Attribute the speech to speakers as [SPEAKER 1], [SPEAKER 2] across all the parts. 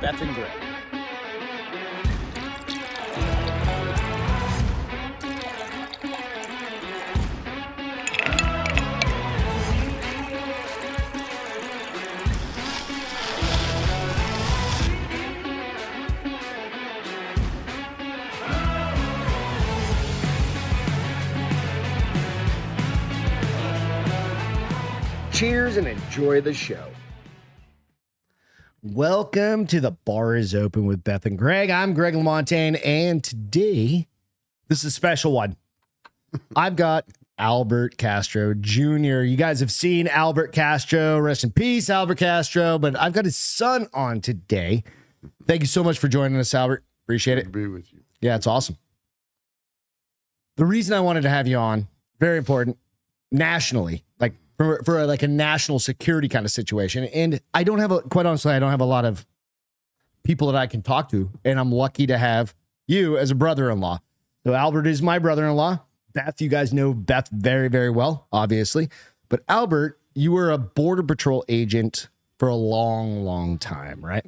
[SPEAKER 1] Beth and Greg.
[SPEAKER 2] Cheers and enjoy the show.
[SPEAKER 3] Welcome to the Bar is Open with Beth and Greg. I'm Greg LaMontagne, and today this is a special one. I've got Albert Castro Jr. You guys have seen Albert Castro. Rest in peace, Albert Castro. But I've got his son on today. Thank you so much for joining us, Albert. Appreciate it.
[SPEAKER 4] Agree with you.
[SPEAKER 3] Yeah, it's awesome. The reason I wanted to have you on, very important, nationally, like for, for like a national security kind of situation. And I don't have a quite honestly, I don't have a lot of people that I can talk to, and I'm lucky to have you as a brother-in-law. So Albert is my brother-in-law. Beth, you guys know Beth very, very well, obviously. But Albert, you were a border patrol agent for a long, long time, right?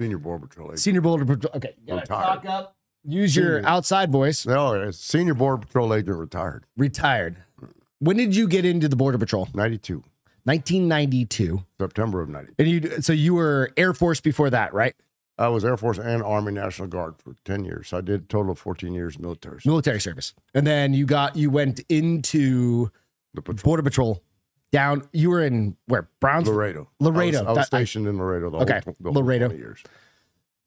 [SPEAKER 4] Senior Border Patrol agent.
[SPEAKER 3] Senior border patrol. Okay, you gotta
[SPEAKER 4] Retired.
[SPEAKER 3] talk up. Use your outside voice.
[SPEAKER 4] No, a senior Border Patrol agent retired.
[SPEAKER 3] retired. When did you get into the Border Patrol?
[SPEAKER 4] 92,
[SPEAKER 3] 1992.
[SPEAKER 4] September of 92.
[SPEAKER 3] And you so you were Air Force before that, right?
[SPEAKER 4] I was Air Force and Army National Guard for 10 years. I did a total of 14 years military. service.
[SPEAKER 3] Military service. And then you got you went into
[SPEAKER 4] The patrol.
[SPEAKER 3] Border Patrol down you were in where? Brownsville.
[SPEAKER 4] Laredo.
[SPEAKER 3] Laredo.
[SPEAKER 4] I was, I was
[SPEAKER 3] That- I-
[SPEAKER 4] stationed in Laredo the
[SPEAKER 3] Okay,
[SPEAKER 4] whole, tw- the whole
[SPEAKER 3] Laredo.
[SPEAKER 4] 20 years.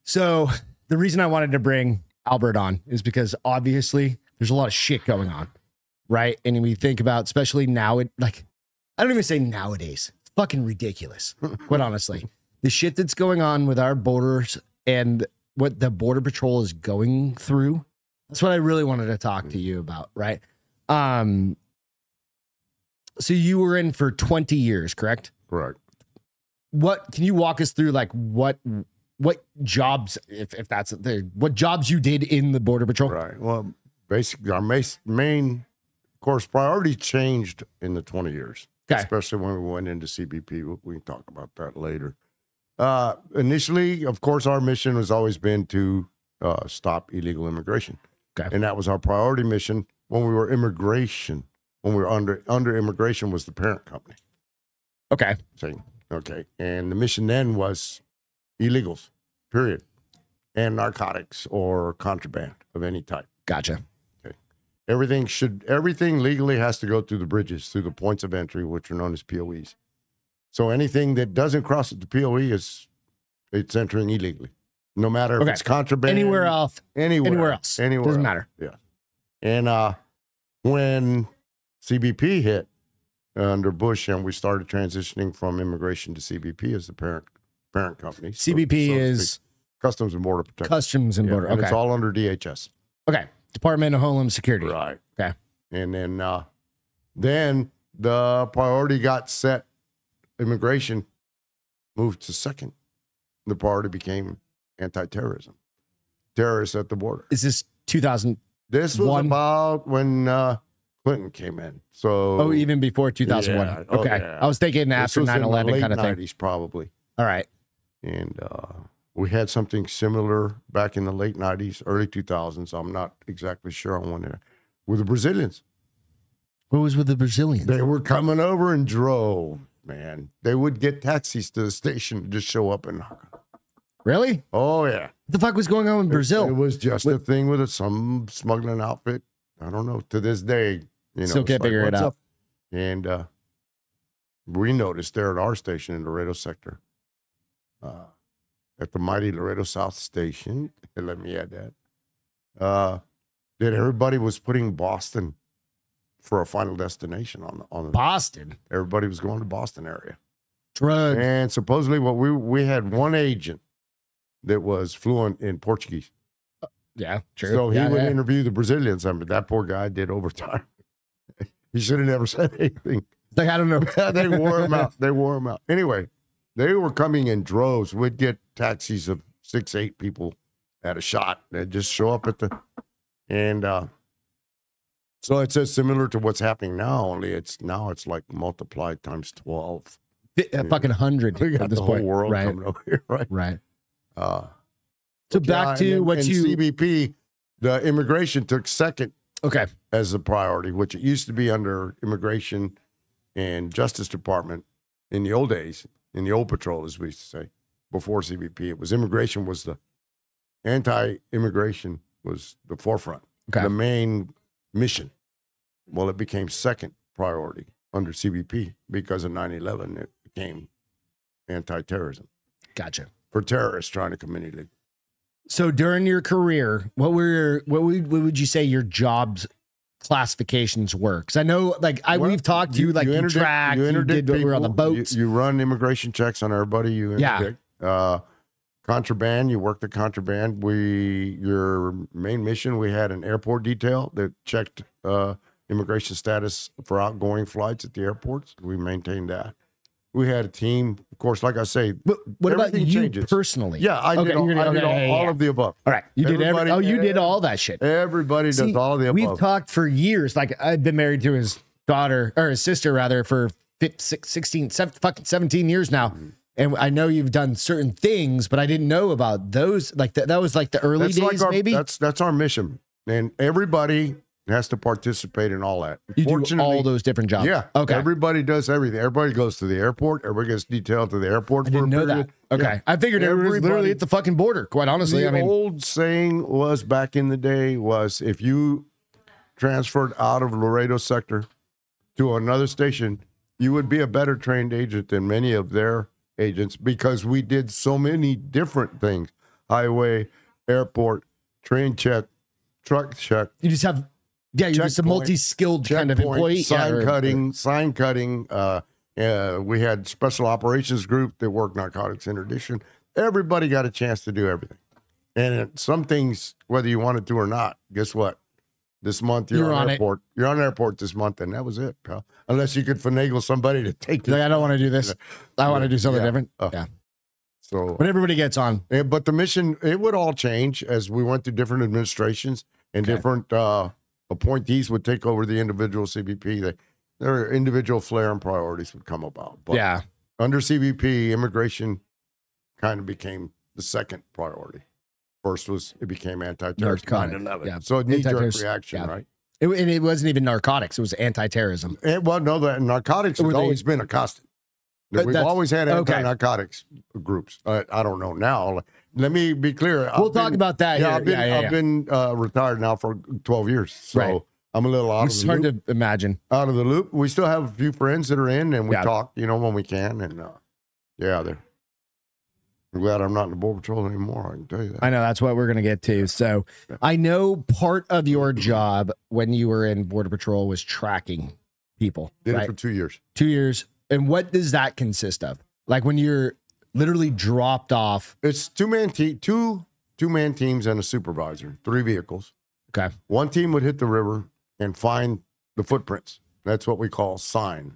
[SPEAKER 3] So the reason I wanted to bring Albert on is because obviously there's a lot of shit going on, right? And we think about especially now, it like I don't even say nowadays. It's fucking ridiculous, quite honestly. The shit that's going on with our borders and what the border patrol is going through. That's what I really wanted to talk to you about, right? Um, so you were in for 20 years, correct?
[SPEAKER 4] Correct.
[SPEAKER 3] what can you walk us through like what what jobs if, if that's the what jobs you did in the border patrol
[SPEAKER 4] Right. Well, basically, our mas- main of course priority changed in the 20 years,
[SPEAKER 3] Okay.
[SPEAKER 4] especially when we went into CBP. We- We can talk about that later. Uh, initially, of course, our mission has always been to uh, stop illegal immigration.
[SPEAKER 3] Okay.
[SPEAKER 4] And that was our priority mission when we were immigration. When we were under under immigration was the parent company
[SPEAKER 3] okay
[SPEAKER 4] thing. Okay. And the mission then was illegals, period, and narcotics or contraband of any type
[SPEAKER 3] gotcha
[SPEAKER 4] everything should everything legally has to go through the bridges through the points of entry which are known as poes so anything that doesn't cross the poe is it's entering illegally no matter if
[SPEAKER 3] Okay.
[SPEAKER 4] it's contraband
[SPEAKER 3] anywhere else
[SPEAKER 4] anywhere,
[SPEAKER 3] anywhere else
[SPEAKER 4] anywhere
[SPEAKER 3] doesn't
[SPEAKER 4] else.
[SPEAKER 3] matter
[SPEAKER 4] and uh when cbp hit under bush and we started transitioning from immigration to cbp as the parent parent company so-
[SPEAKER 3] cbp
[SPEAKER 4] so to
[SPEAKER 3] is
[SPEAKER 4] speak. customs and border protection
[SPEAKER 3] customs and
[SPEAKER 4] Yeah,
[SPEAKER 3] border
[SPEAKER 4] and
[SPEAKER 3] okay
[SPEAKER 4] it's all under dhs
[SPEAKER 3] okay department of homeland security
[SPEAKER 4] Right.
[SPEAKER 3] Okay.
[SPEAKER 4] And then uh then the priority got set immigration moved to second. The priority became anti-terrorism. Terrorists at the border.
[SPEAKER 3] is this 2000
[SPEAKER 4] This was
[SPEAKER 3] One-
[SPEAKER 4] about when uh Clinton came in. So
[SPEAKER 3] oh even before 2001
[SPEAKER 4] Yeah, oh,
[SPEAKER 3] okay
[SPEAKER 4] yeah.
[SPEAKER 3] i was thinking
[SPEAKER 4] this
[SPEAKER 3] after
[SPEAKER 4] was in
[SPEAKER 3] 9-11
[SPEAKER 4] the
[SPEAKER 3] kind of
[SPEAKER 4] late
[SPEAKER 3] thing
[SPEAKER 4] 90s probably.
[SPEAKER 3] all right
[SPEAKER 4] And uh we had something similar back in the late 90s, early 2000s. I'm not exactly sure on when there with the Brazilians.
[SPEAKER 3] what was with the brazilians
[SPEAKER 4] They were coming over in drove, man. They would get taxis to the station and just show up and knock.
[SPEAKER 3] really what
[SPEAKER 4] Oh yeah,
[SPEAKER 3] the fuck was going on in brazil
[SPEAKER 4] It, was just a thing with it, some smuggling outfit. I don't know. To this day, you know,
[SPEAKER 3] Still
[SPEAKER 4] it's
[SPEAKER 3] can't figure it
[SPEAKER 4] "What's
[SPEAKER 3] out."
[SPEAKER 4] up?" And uh, we noticed there at our station in Laredo sector, uh, at the mighty Laredo South Station. and Let me add that. Uh, that everybody was putting Boston for a final destination on the on the
[SPEAKER 3] boston
[SPEAKER 4] Everybody was going to Boston area.
[SPEAKER 3] drugs
[SPEAKER 4] And supposedly what we we had one agent that was fluent in Portuguese.
[SPEAKER 3] yeah true
[SPEAKER 4] So he
[SPEAKER 3] yeah,
[SPEAKER 4] would
[SPEAKER 3] yeah.
[SPEAKER 4] interview the Brazilians. I mean, that poor guy did overtime. he should have never said anything.
[SPEAKER 3] like i don't know
[SPEAKER 4] they wore him out. They wore him out. Anyway, they were coming in droves. We'd get taxis of six, eight people at a shot. They'd just show up at the and uh so it's just similar to what's happening now, only it's now it's like multiplied times twelve.
[SPEAKER 3] Fi- a fucking hundred
[SPEAKER 4] We got
[SPEAKER 3] at this
[SPEAKER 4] the whole
[SPEAKER 3] point,
[SPEAKER 4] world
[SPEAKER 3] right?
[SPEAKER 4] coming over here, right?
[SPEAKER 3] Right.
[SPEAKER 4] Uh,
[SPEAKER 3] So
[SPEAKER 4] but
[SPEAKER 3] back
[SPEAKER 4] yeah, uh, and
[SPEAKER 3] to
[SPEAKER 4] then-
[SPEAKER 3] what
[SPEAKER 4] and
[SPEAKER 3] you
[SPEAKER 4] CBP, the immigration took second
[SPEAKER 3] okay.
[SPEAKER 4] as a priority, which it used to be under immigration and Justice Department in the old days, in the old patrol, as we used to say, before CBP. It was immigration was the anti-immigration was the forefront,
[SPEAKER 3] Okay.
[SPEAKER 4] the main mission. Well, it became second priority under CBP because of 9/11. It became anti-terrorism
[SPEAKER 3] Gotcha.
[SPEAKER 4] for terrorists trying to commit illegal.
[SPEAKER 3] So during your career, what were your, what would what would you say your jobs classifications were? Because I know like I
[SPEAKER 4] Well,
[SPEAKER 3] we've talked to you, like you,
[SPEAKER 4] interdict-
[SPEAKER 3] tracked, you,
[SPEAKER 4] interdict
[SPEAKER 3] did what we were on the
[SPEAKER 4] people, you-
[SPEAKER 3] boats.
[SPEAKER 4] You, run immigration checks on everybody. You
[SPEAKER 3] Yeah.
[SPEAKER 4] interdict. Uh, contraband. You work the contraband. We your main mission. We had an airport detail that checked uh, immigration status for outgoing flights at the airports. We maintained that. We had a team, of course. Like I say,
[SPEAKER 3] but what about
[SPEAKER 4] everything
[SPEAKER 3] you
[SPEAKER 4] changes.
[SPEAKER 3] personally?
[SPEAKER 4] yeah, I
[SPEAKER 3] Okay,
[SPEAKER 4] did all,
[SPEAKER 3] you're gonna-
[SPEAKER 4] I did
[SPEAKER 3] okay,
[SPEAKER 4] all,
[SPEAKER 3] yeah, yeah,
[SPEAKER 4] all
[SPEAKER 3] yeah.
[SPEAKER 4] of the above.
[SPEAKER 3] All right, you did every,
[SPEAKER 4] Everybody-
[SPEAKER 3] oh you did all that shit.
[SPEAKER 4] Everybody
[SPEAKER 3] See,
[SPEAKER 4] does all of the
[SPEAKER 3] We've
[SPEAKER 4] above.
[SPEAKER 3] talked for years. Like I've been married to his daughter or his sister rather for fif- six- 16, sev- fucking 17 years now.
[SPEAKER 4] Mm-hmm.
[SPEAKER 3] And I know you've done certain things, but I didn't know about those. Like that, that was like the early
[SPEAKER 4] that's
[SPEAKER 3] days,
[SPEAKER 4] like our,
[SPEAKER 3] maybe.
[SPEAKER 4] That's that's our mission, and everybody has to participate in all that.
[SPEAKER 3] You do
[SPEAKER 4] Fortunately,
[SPEAKER 3] all those different jobs.
[SPEAKER 4] Yeah.
[SPEAKER 3] Okay.
[SPEAKER 4] Everybody does everything. Everybody goes to the airport. Everybody gets detailed to the airport.
[SPEAKER 3] I didn't
[SPEAKER 4] for a
[SPEAKER 3] know that.
[SPEAKER 4] period.
[SPEAKER 3] Okay.
[SPEAKER 4] Yeah.
[SPEAKER 3] I figured it was literally
[SPEAKER 4] Everybody-
[SPEAKER 3] at the fucking border. Quite honestly,
[SPEAKER 4] the
[SPEAKER 3] I mean,
[SPEAKER 4] old saying was back in the day was if you transferred out of Laredo sector to another station, you would be a better trained agent than many of their agents because we did so many different things: highway, airport, train check, truck check,
[SPEAKER 3] you just have, yeah, you're just a
[SPEAKER 4] Checkpoint.
[SPEAKER 3] multi-skilled kind of
[SPEAKER 4] checkpoint,
[SPEAKER 3] employee. Yeah,
[SPEAKER 4] sign
[SPEAKER 3] or-
[SPEAKER 4] cutting, sign cutting. Uh, uh, we had special operations group that worked narcotics interdiction. Everybody got a chance to do everything, and it, some things, whether you wanted to or not, guess what? This month you're,
[SPEAKER 3] You're
[SPEAKER 4] on,
[SPEAKER 3] on it.
[SPEAKER 4] airport. You're on airport this month, and that was it, pal. Unless you could finagle somebody to take
[SPEAKER 3] Like
[SPEAKER 4] you.
[SPEAKER 3] I don't want to do this. I want to do something
[SPEAKER 4] Yeah.
[SPEAKER 3] different.
[SPEAKER 4] Uh,
[SPEAKER 3] yeah.
[SPEAKER 4] So
[SPEAKER 3] When everybody gets on,
[SPEAKER 4] Yeah, Eh, but the mission it would all change as we went through different administrations and
[SPEAKER 3] Okay.
[SPEAKER 4] different uh, appointees would take over the individual CBP. They, their individual flair and priorities would come about. But
[SPEAKER 3] yeah.
[SPEAKER 4] under CBP, immigration kind of became the second priority. First was it became anti-terrorist
[SPEAKER 3] Narcotic,
[SPEAKER 4] 9/11.
[SPEAKER 3] yeah.
[SPEAKER 4] So a knee-jerk
[SPEAKER 3] Anti-terrorist,
[SPEAKER 4] reaction,
[SPEAKER 3] yeah.
[SPEAKER 4] right?
[SPEAKER 3] It, and it wasn't even narcotics. It was anti-terrorism.
[SPEAKER 4] And, well, no, the narcotics
[SPEAKER 3] Were
[SPEAKER 4] has
[SPEAKER 3] they-
[SPEAKER 4] always been a constant.
[SPEAKER 3] But
[SPEAKER 4] We've
[SPEAKER 3] that's-
[SPEAKER 4] always had
[SPEAKER 3] okay.
[SPEAKER 4] anti-narcotics groups. Uh, I don't know now. Let me be clear.
[SPEAKER 3] We'll talk
[SPEAKER 4] I've been-
[SPEAKER 3] about that.
[SPEAKER 4] yeah,
[SPEAKER 3] here.
[SPEAKER 4] I've been,
[SPEAKER 3] yeah, yeah, yeah.
[SPEAKER 4] I've been uh, retired now for 12 years. So
[SPEAKER 3] Right.
[SPEAKER 4] I'm a little out of,
[SPEAKER 3] it's
[SPEAKER 4] the
[SPEAKER 3] hard
[SPEAKER 4] loop,
[SPEAKER 3] to imagine.
[SPEAKER 4] out of the loop. We still have a few friends that are in and we
[SPEAKER 3] Yeah.
[SPEAKER 4] talk, you know, when we can. And uh, yeah, they're. I'm glad I'm not in the Border Patrol anymore. I can tell you that.
[SPEAKER 3] I know that's what we're gonna get to. So I know part of your job when you were in Border Patrol was tracking people.
[SPEAKER 4] Did
[SPEAKER 3] right?
[SPEAKER 4] it for two years.
[SPEAKER 3] Two years. And what does that consist of? Like when you're literally dropped off.
[SPEAKER 4] It's two man te- two two man teams and a supervisor, three vehicles.
[SPEAKER 3] Okay.
[SPEAKER 4] One team would hit the river and find the footprints. That's what we call sign.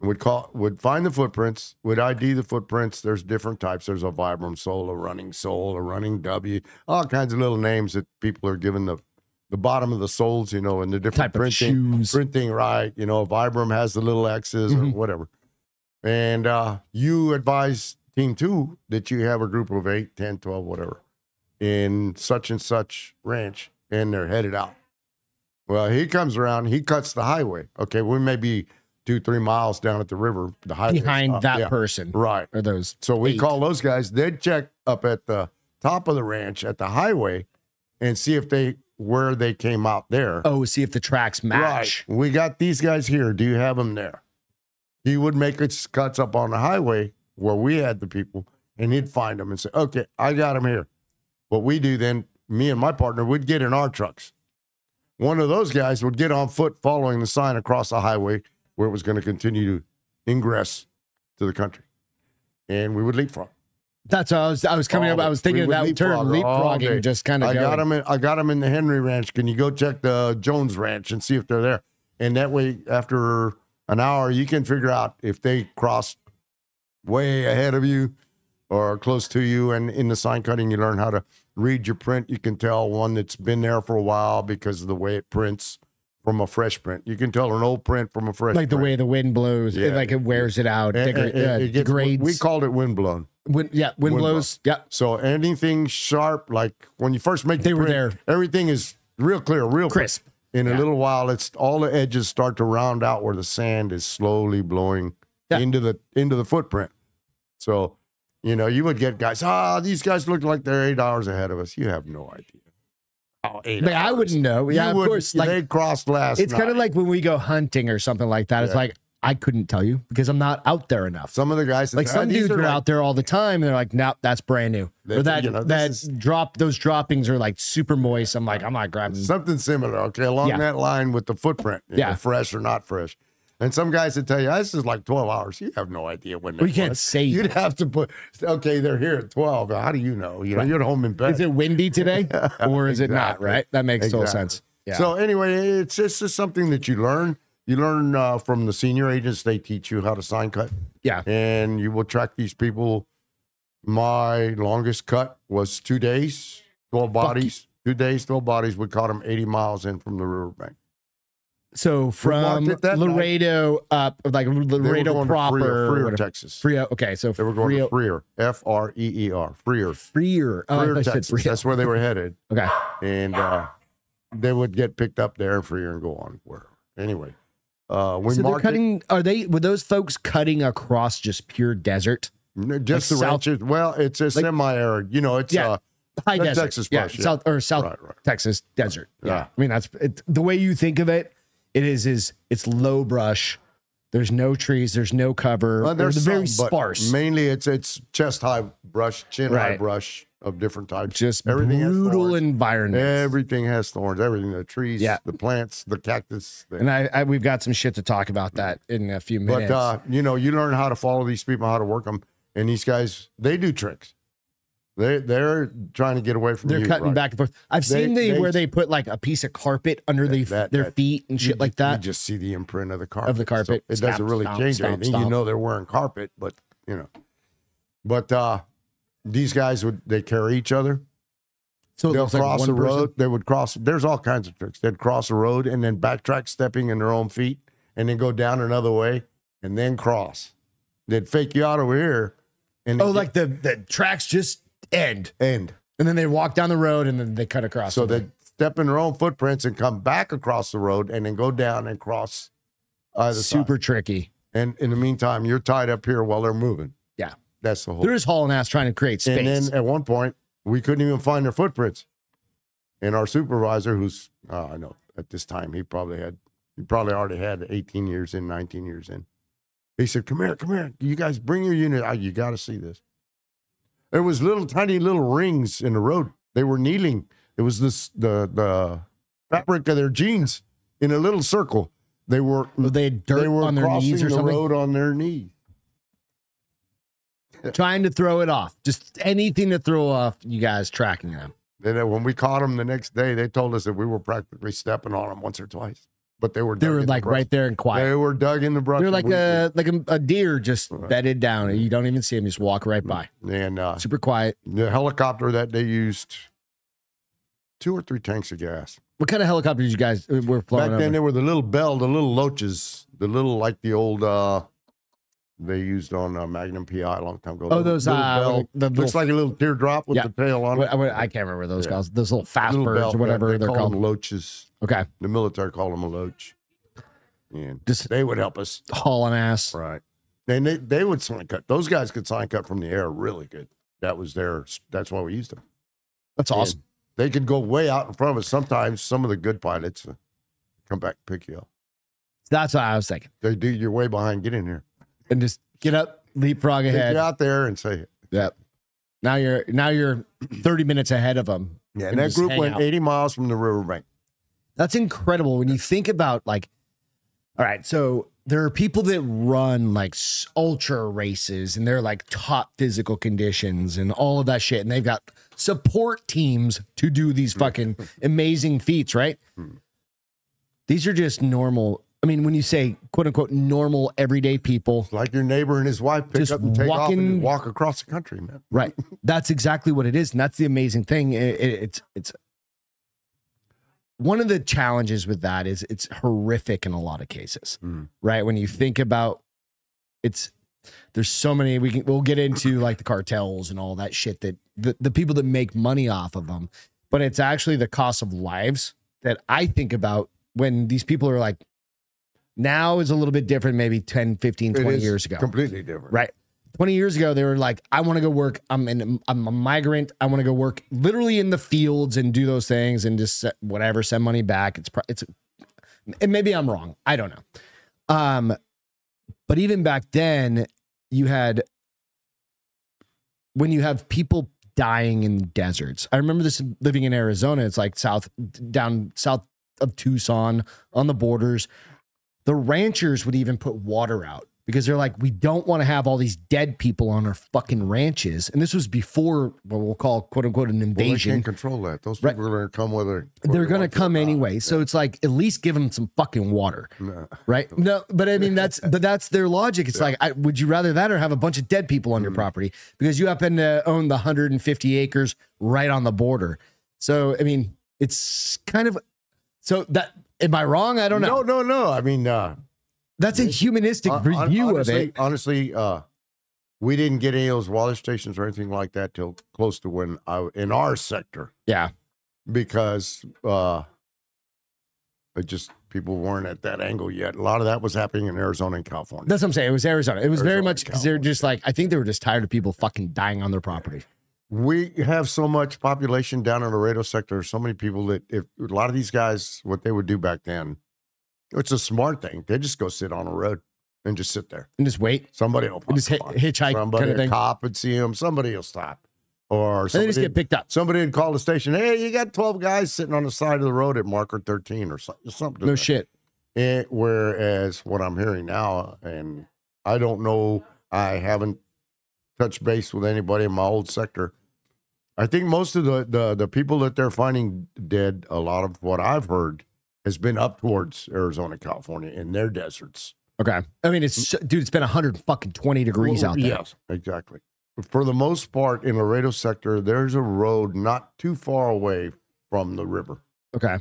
[SPEAKER 4] Would call would find the footprints, would ID the footprints. There's different types. There's a vibram soul, a running soul, a running W, all kinds of little names that people are given the the bottom of the soles, you know, and the different
[SPEAKER 3] Type of
[SPEAKER 4] printing
[SPEAKER 3] shoes.
[SPEAKER 4] printing right. You know, Vibram has the little X's
[SPEAKER 3] Mhm.
[SPEAKER 4] or whatever. And uh, you advise team two that you have a group of eight, 10, 12, whatever, in such and such ranch, and they're headed out. Well, he comes around, he cuts the highway. Okay, we may be two, three miles down at the river, the highway.
[SPEAKER 3] behind
[SPEAKER 4] uh,
[SPEAKER 3] that
[SPEAKER 4] yeah,
[SPEAKER 3] person
[SPEAKER 4] Right.
[SPEAKER 3] or those.
[SPEAKER 4] So we
[SPEAKER 3] Eight.
[SPEAKER 4] call those guys. They'd check up at the top of the ranch at the highway and see if they where they came out there.
[SPEAKER 3] Oh, see if the tracks match.
[SPEAKER 4] Right. We got these guys here. Do you have them there? He would make us cuts up on the highway where we had the people, and he'd find them and say, "Okay, I got them here." What we do then, me and my partner would get in our trucks. One of those guys would get on foot, following the sign across the highway where it was going to continue to ingress to the country, and we would leapfrog.
[SPEAKER 3] That's what I was I was coming
[SPEAKER 4] All
[SPEAKER 3] up. I
[SPEAKER 4] day.
[SPEAKER 3] was thinking
[SPEAKER 4] Oh, We
[SPEAKER 3] of
[SPEAKER 4] would
[SPEAKER 3] that term,
[SPEAKER 4] leapfrog all day.
[SPEAKER 3] leapfrogging, just kind of
[SPEAKER 4] I
[SPEAKER 3] going.
[SPEAKER 4] got them. In, I got 'em in the Henry Ranch. Can you go check the Jones Ranch and see if they're there? And that way, after an hour, you can figure out if they crossed way ahead of you or close to you. And in the sign cutting, you learn how to read your print. You can tell one that's been there for a while because of the way it prints from a fresh print. You can tell an old print from a fresh
[SPEAKER 3] like the
[SPEAKER 4] print.
[SPEAKER 3] way the wind blows, it,
[SPEAKER 4] Yeah.
[SPEAKER 3] like it wears it out,
[SPEAKER 4] And-
[SPEAKER 3] degra-
[SPEAKER 4] and- and
[SPEAKER 3] uh,
[SPEAKER 4] it gets-
[SPEAKER 3] degrades.
[SPEAKER 4] We called it windblown.
[SPEAKER 3] Wind, yeah, wind,
[SPEAKER 4] Wind
[SPEAKER 3] blows. Yeah,
[SPEAKER 4] So anything sharp, like when you first make the
[SPEAKER 3] They were
[SPEAKER 4] print, Everything is real clear, real
[SPEAKER 3] crisp.
[SPEAKER 4] In
[SPEAKER 3] Yeah.
[SPEAKER 4] a little while, it's all the edges start to round out where the sand is slowly blowing
[SPEAKER 3] Yeah.
[SPEAKER 4] into the into the footprint. So, you know, you would get guys, ah, these guys look like they're eight hours ahead of us. You have no idea. Oh, eight.
[SPEAKER 3] Like, I wouldn't know. Yeah,
[SPEAKER 4] You
[SPEAKER 3] of
[SPEAKER 4] wouldn't-
[SPEAKER 3] course. Like
[SPEAKER 4] they crossed last.
[SPEAKER 3] it's kind
[SPEAKER 4] night.
[SPEAKER 3] of like when we go hunting or something like that. It's
[SPEAKER 4] Yeah.
[SPEAKER 3] like I couldn't tell you because I'm not out there enough.
[SPEAKER 4] some of the guys.
[SPEAKER 3] Like
[SPEAKER 4] ah,
[SPEAKER 3] some
[SPEAKER 4] these
[SPEAKER 3] dudes
[SPEAKER 4] are
[SPEAKER 3] are
[SPEAKER 4] like-
[SPEAKER 3] out there all the time, and they're like, "Nope, that's brand new."
[SPEAKER 4] They-
[SPEAKER 3] or that
[SPEAKER 4] you know,
[SPEAKER 3] that
[SPEAKER 4] this
[SPEAKER 3] drop, those droppings are like super moist. I'm like, I'm not grabbing.
[SPEAKER 4] something similar. Okay, along
[SPEAKER 3] Yeah.
[SPEAKER 4] that line with the footprint. you know,
[SPEAKER 3] Yeah.
[SPEAKER 4] fresh or not fresh. And some guys would tell you "Ah, this is like twelve hours. You have no idea when.
[SPEAKER 3] we
[SPEAKER 4] that
[SPEAKER 3] can't
[SPEAKER 4] was.
[SPEAKER 3] say.
[SPEAKER 4] You'd have to put. Okay, they're here at twelve. How do you know? You know, you're at home in bed.
[SPEAKER 3] is it windy today, or is it not?
[SPEAKER 4] Exactly.
[SPEAKER 3] Right? That makes total
[SPEAKER 4] Exactly.
[SPEAKER 3] sense. Yeah.
[SPEAKER 4] So anyway, it's just, just something that you learn. You learn uh, from the senior agents. They teach you how to sign cut,
[SPEAKER 3] yeah.
[SPEAKER 4] and you will track these people. My longest cut was two days, twelve bodies. Two days, twelve bodies. We caught them eighty miles in from the riverbank.
[SPEAKER 3] So from
[SPEAKER 4] walked it that night.
[SPEAKER 3] Laredo up, like
[SPEAKER 4] They were
[SPEAKER 3] Laredo
[SPEAKER 4] going to
[SPEAKER 3] proper,
[SPEAKER 4] Freer, Freer,
[SPEAKER 3] whatever.
[SPEAKER 4] Texas.
[SPEAKER 3] Frio. Okay, so
[SPEAKER 4] They were going
[SPEAKER 3] Frio,
[SPEAKER 4] to Freer, F R E E R, Freer,
[SPEAKER 3] Freer. Oh, I
[SPEAKER 4] Freer,
[SPEAKER 3] thought you said
[SPEAKER 4] Texas.
[SPEAKER 3] Frio.
[SPEAKER 4] That's where they were headed,
[SPEAKER 3] Okay.
[SPEAKER 4] and uh, they would get picked up there in Freer and go on where. Anyway, uh, we
[SPEAKER 3] so they're
[SPEAKER 4] marked it,
[SPEAKER 3] cutting. Are they? Were those folks cutting across just pure desert,
[SPEAKER 4] No, just
[SPEAKER 3] like
[SPEAKER 4] the
[SPEAKER 3] south-
[SPEAKER 4] ranches. Well, it's a semi-arid. You know, it's
[SPEAKER 3] Yeah,
[SPEAKER 4] uh,
[SPEAKER 3] high
[SPEAKER 4] That's
[SPEAKER 3] desert,
[SPEAKER 4] Texas
[SPEAKER 3] yeah,
[SPEAKER 4] brush, yeah.
[SPEAKER 3] South or South
[SPEAKER 4] right, right.
[SPEAKER 3] Texas desert. Yeah.
[SPEAKER 4] Yeah.
[SPEAKER 3] I mean that's it, the way you think of it. It is is it's low brush. There's no trees. There's no cover.
[SPEAKER 4] Well,
[SPEAKER 3] there's
[SPEAKER 4] there's
[SPEAKER 3] very
[SPEAKER 4] some, but
[SPEAKER 3] sparse.
[SPEAKER 4] Mainly, it's it's chest high brush, chin high
[SPEAKER 3] Right.
[SPEAKER 4] brush of different types.
[SPEAKER 3] just
[SPEAKER 4] everything has
[SPEAKER 3] brutal
[SPEAKER 4] thorns.
[SPEAKER 3] environment.
[SPEAKER 4] everything has thorns. Everything, the trees,
[SPEAKER 3] Yeah.
[SPEAKER 4] the plants, the cactus. The,
[SPEAKER 3] and I, I we've got some shit to talk about that in a few minutes.
[SPEAKER 4] But uh, you know, you learn how to follow these people, how to work them, and these guys they do tricks. They they're trying to get away from
[SPEAKER 3] they're
[SPEAKER 4] you,
[SPEAKER 3] cutting
[SPEAKER 4] right?
[SPEAKER 3] back and forth. I've
[SPEAKER 4] They-
[SPEAKER 3] seen the
[SPEAKER 4] they-
[SPEAKER 3] where they put like a piece of carpet under the,
[SPEAKER 4] That-
[SPEAKER 3] their
[SPEAKER 4] that-
[SPEAKER 3] feet and
[SPEAKER 4] You
[SPEAKER 3] shit like
[SPEAKER 4] ju- You
[SPEAKER 3] that.
[SPEAKER 4] just see the imprint of the carpet
[SPEAKER 3] Of the
[SPEAKER 4] So
[SPEAKER 3] carpet.
[SPEAKER 4] it
[SPEAKER 3] Stomp,
[SPEAKER 4] doesn't really
[SPEAKER 3] stomp,
[SPEAKER 4] change
[SPEAKER 3] stomp,
[SPEAKER 4] anything.
[SPEAKER 3] stomp.
[SPEAKER 4] You know they're wearing carpet, but you know. But uh, these guys would they carry each other.
[SPEAKER 3] so Oh, it
[SPEAKER 4] They'll
[SPEAKER 3] looks like
[SPEAKER 4] cross
[SPEAKER 3] one
[SPEAKER 4] the
[SPEAKER 3] person-
[SPEAKER 4] road. They would cross. There's all kinds of tricks. They'd cross the road and then backtrack, stepping in their own feet, and then go down another way, and then cross. They'd fake you out over here, and
[SPEAKER 3] Oh,
[SPEAKER 4] then
[SPEAKER 3] like the the tracks just end,
[SPEAKER 4] end.
[SPEAKER 3] and then they walk down the road, and then they cut across.
[SPEAKER 4] So they step in their own footprints and come back across the road and then go down and cross either Super.
[SPEAKER 3] super tricky.
[SPEAKER 4] And in the meantime, you're tied up here while they're moving.
[SPEAKER 3] Yeah.
[SPEAKER 4] That's the whole
[SPEAKER 3] There is hauling ass trying to create space.
[SPEAKER 4] And then at one point, we couldn't even find their footprints. And our supervisor, who's, uh, I know at this time, he probably had, he probably already had 18 years in, 19 years in. He said, Come here, come here. You guys bring your unit. out. you got to see this. There was little tiny little rings in the road. They were kneeling. It was this, the, the fabric of their jeans in a little circle. They were,
[SPEAKER 3] Were they had dirt
[SPEAKER 4] they were
[SPEAKER 3] on their
[SPEAKER 4] crossing
[SPEAKER 3] knees or
[SPEAKER 4] the
[SPEAKER 3] something,
[SPEAKER 4] road on their knees.
[SPEAKER 3] trying to throw it off. Just anything to throw off. You guys tracking them.
[SPEAKER 4] And then when we caught them the next day, they told us that we were practically stepping on them once or twice. But they were
[SPEAKER 3] They
[SPEAKER 4] dug
[SPEAKER 3] were
[SPEAKER 4] in the
[SPEAKER 3] like
[SPEAKER 4] brush.
[SPEAKER 3] right there and quiet.
[SPEAKER 4] They were dug in the brush.
[SPEAKER 3] They're like
[SPEAKER 4] and we-
[SPEAKER 3] a like a, a deer just
[SPEAKER 4] Right.
[SPEAKER 3] bedded down, and you don't even see them. Just walk right by.
[SPEAKER 4] and uh,
[SPEAKER 3] Super quiet.
[SPEAKER 4] the helicopter that they used two or three tanks of gas.
[SPEAKER 3] What kind of helicopter did you guys uh, were flying
[SPEAKER 4] Back then
[SPEAKER 3] over?
[SPEAKER 4] they were the little bell, the little loaches, the little like the old uh they used on uh, Magnum PI a long time ago.
[SPEAKER 3] Oh,
[SPEAKER 4] The
[SPEAKER 3] those
[SPEAKER 4] little
[SPEAKER 3] uh,
[SPEAKER 4] bell.
[SPEAKER 3] the little,
[SPEAKER 4] looks like a little teardrop with
[SPEAKER 3] Yeah.
[SPEAKER 4] the tail on
[SPEAKER 3] what-
[SPEAKER 4] it.
[SPEAKER 3] what- I can't remember those
[SPEAKER 4] Yeah.
[SPEAKER 3] guys. Those little fast
[SPEAKER 4] Little
[SPEAKER 3] birds
[SPEAKER 4] bell,
[SPEAKER 3] or whatever
[SPEAKER 4] they
[SPEAKER 3] they are
[SPEAKER 4] call
[SPEAKER 3] called.
[SPEAKER 4] them loaches.
[SPEAKER 3] okay,
[SPEAKER 4] The military called them a loach. And
[SPEAKER 3] Just-
[SPEAKER 4] they would help us
[SPEAKER 3] hauling ass.
[SPEAKER 4] Right. And they, they would sign cut. Those guys could sign cut from the air really good. That was their, that's why we used them.
[SPEAKER 3] That's awesome.
[SPEAKER 4] They could go way out in front of us. Sometimes some of the good pilots uh, come back and pick you up.
[SPEAKER 3] That's what I was thinking.
[SPEAKER 4] They do, you're way behind. Get in here.
[SPEAKER 3] And just get up, leapfrog
[SPEAKER 4] Take
[SPEAKER 3] ahead.
[SPEAKER 4] you out there and say,
[SPEAKER 3] Yep. Now you're now you're 30 minutes ahead of them.
[SPEAKER 4] yeah.
[SPEAKER 3] And
[SPEAKER 4] And, that
[SPEAKER 3] just
[SPEAKER 4] group
[SPEAKER 3] hang
[SPEAKER 4] went
[SPEAKER 3] out.
[SPEAKER 4] 80 miles from the riverbank.
[SPEAKER 3] That's incredible when you think about like all right, so there are people that run like s- ultra races and they're like top physical conditions and all of that shit and they've got support teams to do these fucking amazing feats, right? These are just normal I mean, when you say quote unquote normal everyday people,
[SPEAKER 4] Like your neighbor and his wife pick
[SPEAKER 3] Just
[SPEAKER 4] up and take off and
[SPEAKER 3] walking-
[SPEAKER 4] just walk across the country, man.
[SPEAKER 3] Right. That's exactly what it is, and that's the amazing thing. It- it- it's it's one of the challenges with that is it's horrific in a lot of cases.
[SPEAKER 4] Mm.
[SPEAKER 3] Right? When you think about it's There's so many we can we'll get into like the cartels and all that shit that the, the people that make money off of them. But it's actually the cost of lives that I think about when these people are like now is a little bit different maybe 10, 15,
[SPEAKER 4] It
[SPEAKER 3] 20
[SPEAKER 4] is
[SPEAKER 3] years ago.
[SPEAKER 4] Completely different.
[SPEAKER 3] Right. 20 years ago, they were like, I want to go work. I'm an, I'm a migrant. I want to go work literally in the fields and do those things and just se- whatever, send money back. It's, pro- it's, and maybe I'm wrong. I don't know. Um, but even back then you had, when you have people dying in deserts, I remember this living in Arizona. It's like South down South of Tucson on the borders the ranchers would even put water out because they're like, we don't want to have all these dead people on our fucking ranches. And this was before what we'll call quote unquote an
[SPEAKER 4] Well, they
[SPEAKER 3] invasion.
[SPEAKER 4] can't control that. Those
[SPEAKER 3] Right.
[SPEAKER 4] people are going to come whether
[SPEAKER 3] they're
[SPEAKER 4] whether
[SPEAKER 3] going to
[SPEAKER 4] want or
[SPEAKER 3] come
[SPEAKER 4] not.
[SPEAKER 3] anyway. So it's like, at least give them some fucking water.
[SPEAKER 4] No.
[SPEAKER 3] Right. No, but I mean, that's, but that's their logic. It's like, I, would you rather that or have a bunch of dead people on
[SPEAKER 4] Mm.
[SPEAKER 3] your property because you happen to own the 150 acres right on the border? So, I mean, it's kind of, so that, am I wrong? I don't know.
[SPEAKER 4] No, no, no. I mean, uh,
[SPEAKER 3] that's a humanistic
[SPEAKER 4] hon- hon-
[SPEAKER 3] review
[SPEAKER 4] honestly,
[SPEAKER 3] of it.
[SPEAKER 4] Honestly, uh, we didn't get any of those water stations or anything like that till close to when I in our sector
[SPEAKER 3] Yeah.
[SPEAKER 4] because uh, it just people weren't at that angle yet. A lot of that was happening in Arizona and California.
[SPEAKER 3] That's what I'm saying. It was Arizona. It was very
[SPEAKER 4] Arizona,
[SPEAKER 3] much because they're
[SPEAKER 4] California.
[SPEAKER 3] just like I think they were just tired of people fucking dying on their property.
[SPEAKER 4] we have so much population down in the Laredo sector, so many people that if a lot of these guys, what they would do back then, it's a smart thing. They just go sit on a road and just sit there.
[SPEAKER 3] And just wait.
[SPEAKER 4] Somebody will
[SPEAKER 3] And just
[SPEAKER 4] pop
[SPEAKER 3] hi-
[SPEAKER 4] by.
[SPEAKER 3] hitchhike
[SPEAKER 4] Somebody,
[SPEAKER 3] kind of
[SPEAKER 4] a
[SPEAKER 3] thing.
[SPEAKER 4] cop would see him. Somebody will stop, or
[SPEAKER 3] And they
[SPEAKER 4] somebody,
[SPEAKER 3] just get picked up.
[SPEAKER 4] somebody would call the station. Hey, you got twelve guys sitting on the side of the road at marker thirteen or something. something to
[SPEAKER 3] No
[SPEAKER 4] that.
[SPEAKER 3] shit.
[SPEAKER 4] And whereas what I'm hearing now, and I don't know, I haven't touched base with anybody in my old sector. I think most of the, the, the people that they're finding dead, a lot of what I've heard has been up towards Arizona, California in their deserts.
[SPEAKER 3] Okay. I mean, it's
[SPEAKER 4] Mm.
[SPEAKER 3] so- dude. It's been 100 fucking 20 degrees out there.
[SPEAKER 4] Yes, exactly. For the most part, in Laredo sector, there's a road not too far away from the river.
[SPEAKER 3] Okay.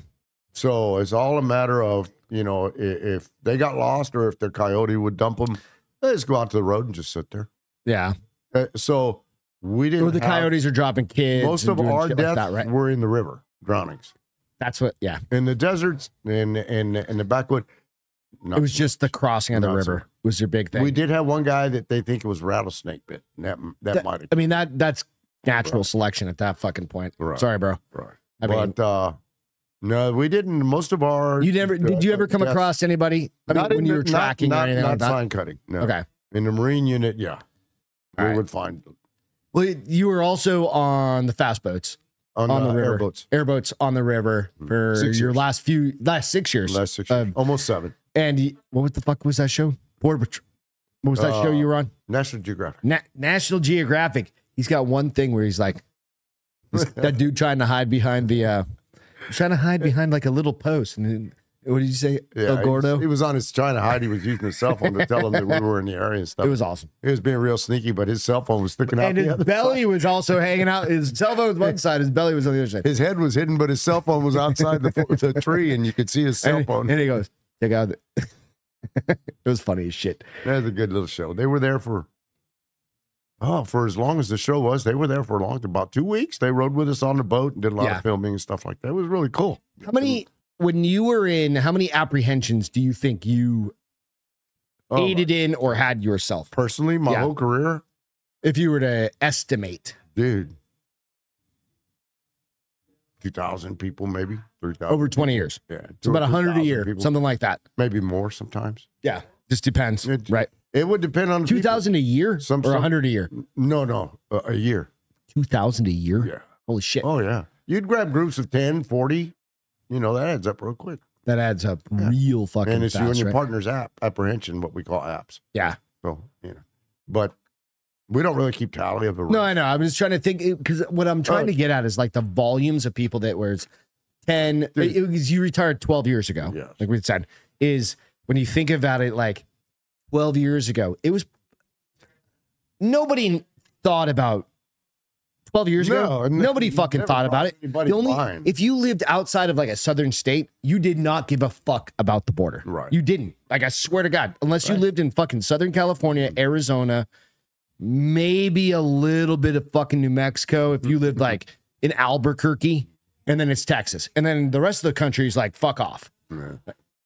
[SPEAKER 4] So it's all a matter of you know if, if they got lost or if their coyote would dump them, they just go out to the road and just sit there.
[SPEAKER 3] Yeah.
[SPEAKER 4] Uh, so we didn't.
[SPEAKER 3] Or the
[SPEAKER 4] have-
[SPEAKER 3] coyotes are dropping kids.
[SPEAKER 4] Most
[SPEAKER 3] and
[SPEAKER 4] of
[SPEAKER 3] doing
[SPEAKER 4] our
[SPEAKER 3] shit
[SPEAKER 4] deaths
[SPEAKER 3] like that, right?
[SPEAKER 4] were in the river drownings
[SPEAKER 3] That's what. Yeah.
[SPEAKER 4] in the deserts and in, in, in the backwood. Not
[SPEAKER 3] It was just the crossing of the
[SPEAKER 4] Not so
[SPEAKER 3] river was your big
[SPEAKER 4] We
[SPEAKER 3] thing.
[SPEAKER 4] did have one guy that they think it was rattlesnake bit. And that that,
[SPEAKER 3] That- uh,
[SPEAKER 4] might have
[SPEAKER 3] I mean that that's natural selection at that fucking point.
[SPEAKER 4] Right.
[SPEAKER 3] Sorry, bro.
[SPEAKER 4] right.
[SPEAKER 3] I
[SPEAKER 4] but
[SPEAKER 3] mean-
[SPEAKER 4] uh, no, we didn't. Most of our
[SPEAKER 3] You never did you ever come
[SPEAKER 4] deaths-
[SPEAKER 3] across anybody I mean,
[SPEAKER 4] Not in
[SPEAKER 3] when you
[SPEAKER 4] the-
[SPEAKER 3] were tracking
[SPEAKER 4] not,
[SPEAKER 3] or anything
[SPEAKER 4] not,
[SPEAKER 3] like
[SPEAKER 4] not
[SPEAKER 3] that?
[SPEAKER 4] sign cutting. No.
[SPEAKER 3] Okay.
[SPEAKER 4] In the Marine unit, yeah,
[SPEAKER 3] All
[SPEAKER 4] we
[SPEAKER 3] right.
[SPEAKER 4] would find
[SPEAKER 3] Well, you were also on the fast boats.
[SPEAKER 4] on,
[SPEAKER 3] On
[SPEAKER 4] the,
[SPEAKER 3] the river.
[SPEAKER 4] airboats.
[SPEAKER 3] airboats on the river for
[SPEAKER 4] Hmm. Six
[SPEAKER 3] your
[SPEAKER 4] years.
[SPEAKER 3] last few last six years.
[SPEAKER 4] Last six,
[SPEAKER 3] Um,
[SPEAKER 4] years. almost seven.
[SPEAKER 3] And y- what was the fuck was that show? Border Patrol. What was that show
[SPEAKER 4] Uh,
[SPEAKER 3] you were on?
[SPEAKER 4] National Geographic.
[SPEAKER 3] Na- National Geographic. He's got one thing where he's like this- that dude trying to hide behind the uh trying to hide behind like a little post and then, what did you say? El
[SPEAKER 4] he-
[SPEAKER 3] Oh, Gordo.
[SPEAKER 4] He, was on his trying to hide. He was using his cell phone to tell him that we were in the area and stuff.
[SPEAKER 3] it was awesome.
[SPEAKER 4] he was being real sneaky, but his cell phone was sticking out
[SPEAKER 3] And
[SPEAKER 4] the
[SPEAKER 3] his
[SPEAKER 4] other.
[SPEAKER 3] belly was also hanging out. His cell phone was one side, his belly was on the other side.
[SPEAKER 4] His head was hidden, but his cell phone was outside the, fo- the tree, and you could see his cell
[SPEAKER 3] And,
[SPEAKER 4] phone.
[SPEAKER 3] and he goes, check out the-" it was funny as shit.
[SPEAKER 4] that was a good little show. They were there for oh, for as long as the show was. They were there for a long, about two weeks. They rode with us on the boat and did a lot
[SPEAKER 3] Yeah.
[SPEAKER 4] of filming and stuff like that. It was really cool.
[SPEAKER 3] How many when you were in? How many apprehensions do you think you
[SPEAKER 4] Oh,
[SPEAKER 3] aided in or had yourself?
[SPEAKER 4] personally, my
[SPEAKER 3] Yeah.
[SPEAKER 4] whole career,
[SPEAKER 3] If you were to estimate
[SPEAKER 4] dude. 2,000 people, maybe 3,000.
[SPEAKER 3] over twenty years,
[SPEAKER 4] Yeah.
[SPEAKER 3] it's about hundred a year,
[SPEAKER 4] People,
[SPEAKER 3] something like that.
[SPEAKER 4] maybe more sometimes.
[SPEAKER 3] Yeah, just depends,
[SPEAKER 4] It-
[SPEAKER 3] right?
[SPEAKER 4] It would depend on the
[SPEAKER 3] Two
[SPEAKER 4] people.
[SPEAKER 3] thousand a year
[SPEAKER 4] Some-
[SPEAKER 3] or
[SPEAKER 4] some-
[SPEAKER 3] hundred a year?
[SPEAKER 4] No, no, a, a year.
[SPEAKER 3] Two thousand a year?
[SPEAKER 4] Yeah.
[SPEAKER 3] Holy shit,
[SPEAKER 4] Oh, yeah. You'd grab groups of 10, 40. You know, that adds up real quick.
[SPEAKER 3] that adds up
[SPEAKER 4] Yeah.
[SPEAKER 3] real fucking
[SPEAKER 4] and it's you and
[SPEAKER 3] fast,
[SPEAKER 4] your
[SPEAKER 3] right?
[SPEAKER 4] partner's app, apprehension, what we call apps.
[SPEAKER 3] Yeah.
[SPEAKER 4] So, you know, but we don't really keep tally of the
[SPEAKER 3] No,
[SPEAKER 4] race.
[SPEAKER 3] I know. I'm just trying to think because what I'm trying to
[SPEAKER 4] Oh.
[SPEAKER 3] get at is like the volumes of people that where it's ten.
[SPEAKER 4] Dude.
[SPEAKER 3] it was- you retired 12 years ago,
[SPEAKER 4] Yes.
[SPEAKER 3] like we said. Is when you think about it, like 12 years ago, it was nobody thought about 12 years ago.
[SPEAKER 4] No, n-
[SPEAKER 3] Nobody
[SPEAKER 4] you
[SPEAKER 3] fucking
[SPEAKER 4] never
[SPEAKER 3] thought
[SPEAKER 4] crossed
[SPEAKER 3] about it.
[SPEAKER 4] anybody
[SPEAKER 3] The only
[SPEAKER 4] blind.
[SPEAKER 3] if you lived outside of like a southern state, you did not give a fuck about the border.
[SPEAKER 4] Right.
[SPEAKER 3] You didn't. Like I swear to God, unless you
[SPEAKER 4] Right. Mm-hmm.
[SPEAKER 3] lived in fucking Southern California, Arizona, maybe a little bit of fucking New Mexico. If you lived
[SPEAKER 4] Mm-hmm.
[SPEAKER 3] like in Albuquerque, and then it's Texas, and then the rest of the country is like fuck off.
[SPEAKER 4] Yeah.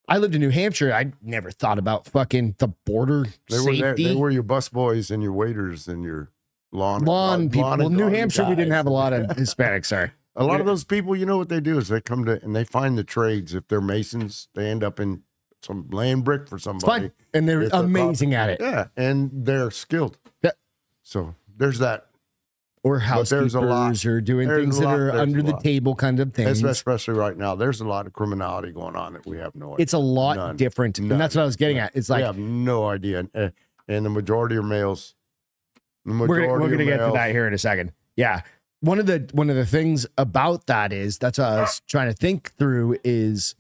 [SPEAKER 3] I lived in New Hampshire. I never thought about fucking the border
[SPEAKER 4] They were
[SPEAKER 3] safety.
[SPEAKER 4] there, they were your busboys and your waiters and your lawn uh,
[SPEAKER 3] lawn people.
[SPEAKER 4] lawn
[SPEAKER 3] Well, New
[SPEAKER 4] garden
[SPEAKER 3] Hampshire, we didn't
[SPEAKER 4] guys.
[SPEAKER 3] have a lot of Hispanics. Sorry.
[SPEAKER 4] A lot of those people, you know what they do is they come to and they find the trades. If they're masons, they end up in some laying brick for
[SPEAKER 3] It's
[SPEAKER 4] somebody.
[SPEAKER 3] fine. And they're
[SPEAKER 4] It's a
[SPEAKER 3] amazing at it.
[SPEAKER 4] Yeah, and they're skilled.
[SPEAKER 3] Yeah.
[SPEAKER 4] So there's that,
[SPEAKER 3] Or
[SPEAKER 4] But there's
[SPEAKER 3] housekeepers
[SPEAKER 4] a lot-
[SPEAKER 3] or doing
[SPEAKER 4] there's
[SPEAKER 3] things
[SPEAKER 4] a lot-
[SPEAKER 3] that are
[SPEAKER 4] there's
[SPEAKER 3] under
[SPEAKER 4] a
[SPEAKER 3] the
[SPEAKER 4] lot.
[SPEAKER 3] table kind of things.
[SPEAKER 4] especially right now. There's a lot of criminality going on that we have no idea.
[SPEAKER 3] It's a lot
[SPEAKER 4] None.
[SPEAKER 3] different.
[SPEAKER 4] None.
[SPEAKER 3] And that's what I was getting at. It's
[SPEAKER 4] we
[SPEAKER 3] like,
[SPEAKER 4] have no idea, and, eh, and the majority are males. The
[SPEAKER 3] we're
[SPEAKER 4] majority
[SPEAKER 3] gonna, we're
[SPEAKER 4] are
[SPEAKER 3] gonna get to
[SPEAKER 4] males.
[SPEAKER 3] that here in a second. Yeah. One of the one of the things about that is that's what I was trying to think through is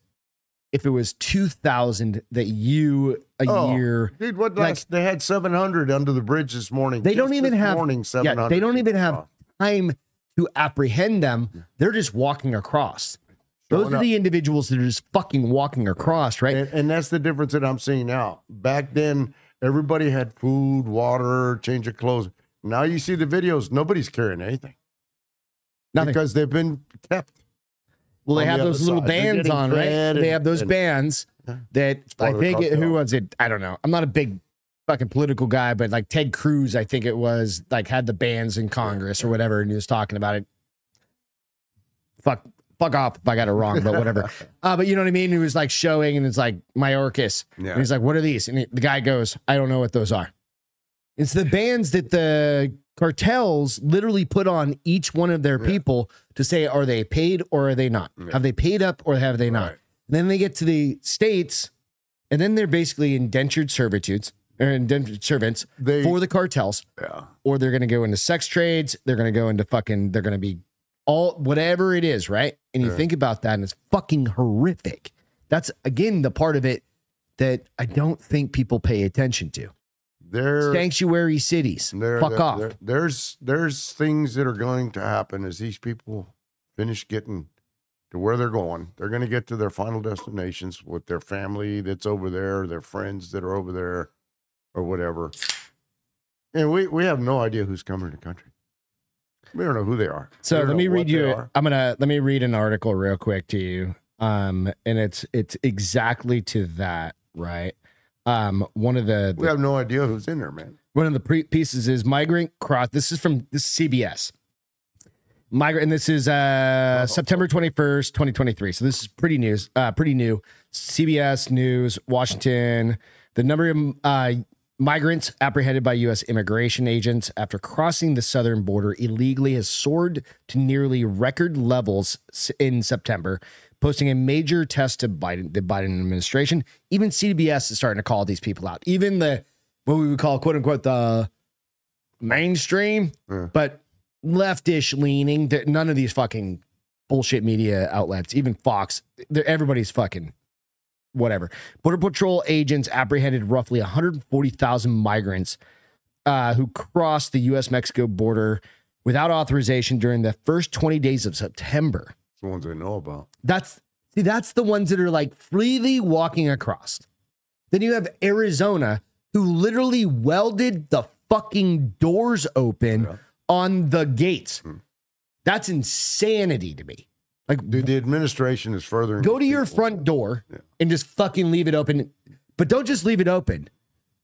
[SPEAKER 3] if it was two thousand that you a
[SPEAKER 4] Oh,
[SPEAKER 3] year
[SPEAKER 4] Dude, what
[SPEAKER 3] Like-
[SPEAKER 4] last? They had 700 under the bridge this morning.
[SPEAKER 3] They
[SPEAKER 4] Just
[SPEAKER 3] don't even
[SPEAKER 4] this
[SPEAKER 3] have-
[SPEAKER 4] morning 700.
[SPEAKER 3] they don't even have-
[SPEAKER 4] Oh,
[SPEAKER 3] time to apprehend them, they're just walking across. Those
[SPEAKER 4] showing
[SPEAKER 3] are
[SPEAKER 4] up.
[SPEAKER 3] the individuals that are just fucking walking across, right?
[SPEAKER 4] And, and that's the difference that I'm seeing now. Back then, everybody had food, water, change of clothes. Now you see the videos, nobody's carrying anything
[SPEAKER 3] Nothing.
[SPEAKER 4] because they've been kept.
[SPEAKER 3] Well, they
[SPEAKER 4] on
[SPEAKER 3] have
[SPEAKER 4] the other
[SPEAKER 3] those little
[SPEAKER 4] side. They're
[SPEAKER 3] bands
[SPEAKER 4] getting
[SPEAKER 3] on, right?
[SPEAKER 4] fed
[SPEAKER 3] they
[SPEAKER 4] and-
[SPEAKER 3] have those
[SPEAKER 4] and-
[SPEAKER 3] bands that
[SPEAKER 4] part
[SPEAKER 3] I
[SPEAKER 4] of the
[SPEAKER 3] think it, who
[SPEAKER 4] cocktail.
[SPEAKER 3] was it? I don't know. I'm not a big fucking political guy, but like Ted Cruz, I think it was like had the bands in Congress or whatever, and he was talking about it. Fuck, fuck off if I got it wrong, but whatever. uh, but you know what I mean? He was like showing, and it's like Mayorkas, and
[SPEAKER 4] Yeah.
[SPEAKER 3] he's like, "What are these?" And he- the guy goes, "I don't know what those are." It's the bands that the cartels literally put on each one of their
[SPEAKER 4] Yeah.
[SPEAKER 3] people to say, "Are they paid or are they not?
[SPEAKER 4] Yeah.
[SPEAKER 3] Have they paid up or have they not?"
[SPEAKER 4] Right.
[SPEAKER 3] Then they get to the states, and then they're basically indentured servitudes or indentured servants
[SPEAKER 4] They,
[SPEAKER 3] for the cartels,
[SPEAKER 4] yeah.
[SPEAKER 3] or they're going to go into sex trades. They're going to go into fucking. They're going to be all whatever it is, right? And you
[SPEAKER 4] Yeah.
[SPEAKER 3] think about that, and it's fucking horrific. That's again the part of it that I don't think people pay attention to.
[SPEAKER 4] They're,
[SPEAKER 3] Sanctuary cities,
[SPEAKER 4] they're-
[SPEAKER 3] fuck
[SPEAKER 4] they're-
[SPEAKER 3] off.
[SPEAKER 4] they're- there's, there's things that are going to happen as these people finish getting to where they're going. They're going to get to their final destinations with their family that's over there, their friends that are over there, or whatever. And we, we have no idea who's coming to the country. We don't know who they are. We
[SPEAKER 3] So
[SPEAKER 4] don't
[SPEAKER 3] let
[SPEAKER 4] know
[SPEAKER 3] me
[SPEAKER 4] what
[SPEAKER 3] read
[SPEAKER 4] they
[SPEAKER 3] you.
[SPEAKER 4] are.
[SPEAKER 3] I'm gonna let me read an article real quick to you. Um, and it's it's exactly to that, right? Um, one of the,
[SPEAKER 4] We have no idea who's in there, man.
[SPEAKER 3] one of the pre- pieces is migrant cross. This is from this is CBS. Migrant, and this is uh, September 21st, 2023. So this is pretty news, uh, pretty new. CBS News, Washington. The number of uh, migrants apprehended by U.S. immigration agents after crossing the southern border illegally has soared to nearly record levels s- in September, posting a major test to Biden, the Biden administration. Even CBS is starting to call these people out. Even the what we would call quote unquote the mainstream,
[SPEAKER 4] Yeah.
[SPEAKER 3] but leftish leaning. that None of these fucking bullshit media outlets, even Fox, they're- everybody's fucking whatever. Border Patrol agents apprehended roughly 140,000 migrants uh, who crossed the U.S. Mexico border without authorization during the first 20 days of September.
[SPEAKER 4] It's the ones they know about.
[SPEAKER 3] That's see, that's the ones that are like freely walking across. Then you have Arizona, who literally welded the fucking doors open
[SPEAKER 4] Yeah.
[SPEAKER 3] on the gates.
[SPEAKER 4] Hmm.
[SPEAKER 3] That's insanity to me. Like,
[SPEAKER 4] Dude, the administration is furthering.
[SPEAKER 3] go
[SPEAKER 4] these
[SPEAKER 3] to your
[SPEAKER 4] people.
[SPEAKER 3] front door
[SPEAKER 4] Yeah.
[SPEAKER 3] and just fucking leave it open. But don't just leave it open.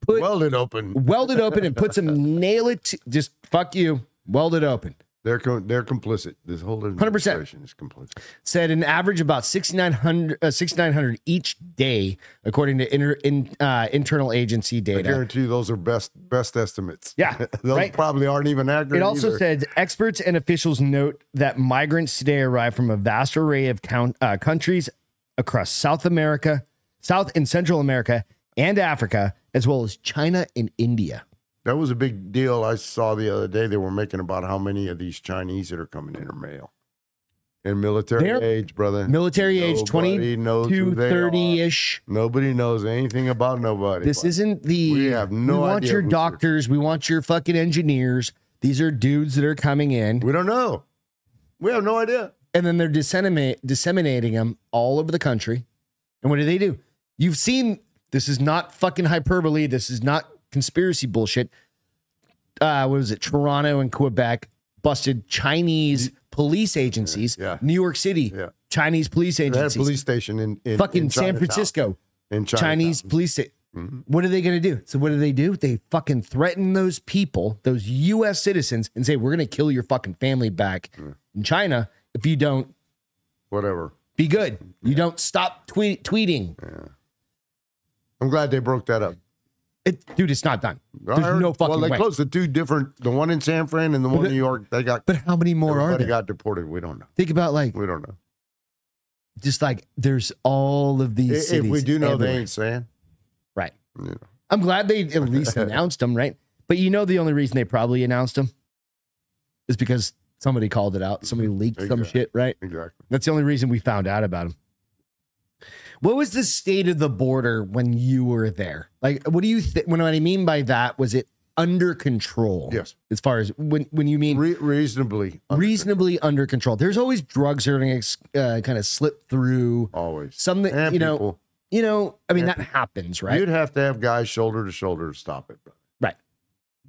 [SPEAKER 3] Put
[SPEAKER 4] Weld it open.
[SPEAKER 3] weld it open and put some nail it. to- just fuck you. Weld it open.
[SPEAKER 4] They're co- they're complicit. This whole
[SPEAKER 3] 100%.
[SPEAKER 4] administration is complicit.
[SPEAKER 3] said an average about 6,900 uh, 6,900 each day, according to inter, in, uh, internal agency
[SPEAKER 4] I
[SPEAKER 3] data.
[SPEAKER 4] guarantee you those are best best estimates.
[SPEAKER 3] Yeah,
[SPEAKER 4] those
[SPEAKER 3] right.
[SPEAKER 4] probably aren't even accurate.
[SPEAKER 3] It also
[SPEAKER 4] either.
[SPEAKER 3] said experts and officials note that migrants today arrive from a vast array of count, uh, countries across South America, South and Central America, and Africa, as well as China and India.
[SPEAKER 4] that was a big deal I saw the other day. They were making about how many of these Chinese that are coming in are male. In military
[SPEAKER 3] They're-
[SPEAKER 4] age, brother.
[SPEAKER 3] Military age 20
[SPEAKER 4] Nobody knows
[SPEAKER 3] to
[SPEAKER 4] who they
[SPEAKER 3] 30
[SPEAKER 4] are.
[SPEAKER 3] ish.
[SPEAKER 4] Nobody knows anything about nobody.
[SPEAKER 3] This
[SPEAKER 4] but
[SPEAKER 3] isn't the.
[SPEAKER 4] We have no
[SPEAKER 3] We want
[SPEAKER 4] idea
[SPEAKER 3] your
[SPEAKER 4] who's here.
[SPEAKER 3] doctors. We want your fucking engineers. These are dudes that are coming in
[SPEAKER 4] We don't know. We have no idea.
[SPEAKER 3] and then they're disseminate, disseminating them all over the country. And what do they do? You've seen this is not fucking hyperbole. This is not conspiracy bullshit. Uh, what was it? Toronto and Quebec busted Chinese police agencies.
[SPEAKER 4] Yeah.
[SPEAKER 3] New York City,
[SPEAKER 4] Yeah.
[SPEAKER 3] Chinese police
[SPEAKER 4] They had a
[SPEAKER 3] agencies.
[SPEAKER 4] police station in, in
[SPEAKER 3] fucking
[SPEAKER 4] in
[SPEAKER 3] San
[SPEAKER 4] Chinatown.
[SPEAKER 3] Francisco.
[SPEAKER 4] in Chinatown. Mm-hmm.
[SPEAKER 3] Chinese police. sta- What are they going to do? So what do they do? They fucking threaten those people, those U.S. citizens, and say we're going to kill your fucking family back in China if you don't
[SPEAKER 4] Whatever.
[SPEAKER 3] be good. You don't stop tweet, tweeting.
[SPEAKER 4] I'm glad they broke that up.
[SPEAKER 3] It, dude, it's not done. There's
[SPEAKER 4] I heard-
[SPEAKER 3] no fucking
[SPEAKER 4] Well, they
[SPEAKER 3] way.
[SPEAKER 4] closed the two different, the one in San Fran and the one
[SPEAKER 3] But
[SPEAKER 4] in
[SPEAKER 3] it-
[SPEAKER 4] New York. They got
[SPEAKER 3] But how many more are
[SPEAKER 4] everybody
[SPEAKER 3] there?
[SPEAKER 4] got deported. We don't know.
[SPEAKER 3] Think about like
[SPEAKER 4] We don't know.
[SPEAKER 3] just like there's all of these.
[SPEAKER 4] If if we
[SPEAKER 3] cities
[SPEAKER 4] do know,
[SPEAKER 3] everywhere.
[SPEAKER 4] they ain't saying.
[SPEAKER 3] right.
[SPEAKER 4] Yeah.
[SPEAKER 3] I'm glad they at least announced them, right? But you know, the only reason they probably announced them is because somebody called it out. Somebody leaked some
[SPEAKER 4] Mm-hmm. Exactly.
[SPEAKER 3] shit, right?
[SPEAKER 4] Exactly.
[SPEAKER 3] That's the only reason we found out about him. What was the state of the border when you were there? Like, what do you think? When what I mean by that was it under control?
[SPEAKER 4] Yes.
[SPEAKER 3] As far as when when you mean
[SPEAKER 4] Re- reasonably.
[SPEAKER 3] reasonably under control, there's always drugs that are going to uh, kind of slip through.
[SPEAKER 4] Always.
[SPEAKER 3] Something
[SPEAKER 4] And
[SPEAKER 3] you know,
[SPEAKER 4] people.
[SPEAKER 3] you know. I mean,
[SPEAKER 4] And
[SPEAKER 3] that happens, right?
[SPEAKER 4] You'd have to have guys shoulder to shoulder to stop it. brother.
[SPEAKER 3] Right.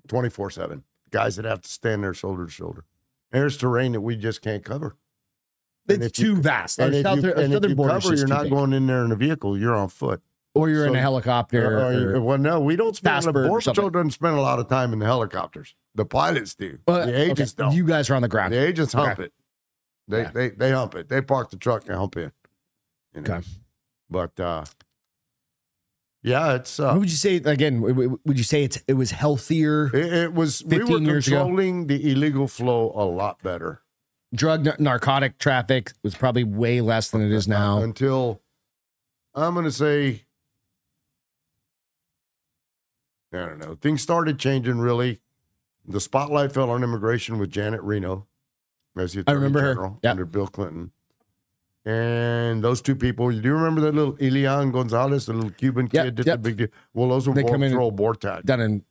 [SPEAKER 4] 24 7. Guys that have to stand there shoulder to shoulder. There's terrain that we just can't cover. and
[SPEAKER 3] it's
[SPEAKER 4] if you-
[SPEAKER 3] too vast. Our
[SPEAKER 4] And if
[SPEAKER 3] southern,
[SPEAKER 4] you,
[SPEAKER 3] our
[SPEAKER 4] and if
[SPEAKER 3] southern
[SPEAKER 4] you
[SPEAKER 3] border is
[SPEAKER 4] cover,
[SPEAKER 3] just
[SPEAKER 4] you're
[SPEAKER 3] too
[SPEAKER 4] not
[SPEAKER 3] big.
[SPEAKER 4] going in there in a vehicle. You're on foot.
[SPEAKER 3] or you're in
[SPEAKER 4] so-
[SPEAKER 3] a helicopter.
[SPEAKER 4] Or- or-
[SPEAKER 3] or-
[SPEAKER 4] well, no, we don't spend.
[SPEAKER 3] fast
[SPEAKER 4] The
[SPEAKER 3] bird or
[SPEAKER 4] Border Patrol
[SPEAKER 3] something.
[SPEAKER 4] doesn't spend a lot of time in the helicopters. The pilots do.
[SPEAKER 3] But-
[SPEAKER 4] the agents
[SPEAKER 3] okay,
[SPEAKER 4] don't.
[SPEAKER 3] You guys are on the ground.
[SPEAKER 4] the agents hump
[SPEAKER 3] Okay.
[SPEAKER 4] it. They,
[SPEAKER 3] Yeah.
[SPEAKER 4] they they hump it. They park the truck and hump in. You know?
[SPEAKER 3] Okay.
[SPEAKER 4] But uh, yeah, it's
[SPEAKER 3] What
[SPEAKER 4] uh,
[SPEAKER 3] would you say again? w- w- Would you say it's it was healthier?
[SPEAKER 4] it, it was we were
[SPEAKER 3] 15 years ago?
[SPEAKER 4] controlling the illegal flow a lot better
[SPEAKER 3] drug n- narcotic traffic was probably way less than it is now.
[SPEAKER 4] until I'm going to say I don't know. Things started changing really. The spotlight fell on immigration with Janet Reno as the
[SPEAKER 3] I
[SPEAKER 4] Attorney
[SPEAKER 3] remember her.
[SPEAKER 4] General
[SPEAKER 3] Yeah.
[SPEAKER 4] under Bill Clinton. And those two people, you do remember that little Elian Gonzalez, the little Cuban
[SPEAKER 3] Yeah,
[SPEAKER 4] kid, did
[SPEAKER 3] yeah.
[SPEAKER 4] the big deal. Well, those were
[SPEAKER 3] They
[SPEAKER 4] Border
[SPEAKER 3] come in
[SPEAKER 4] Patrol Bortat.
[SPEAKER 3] Done in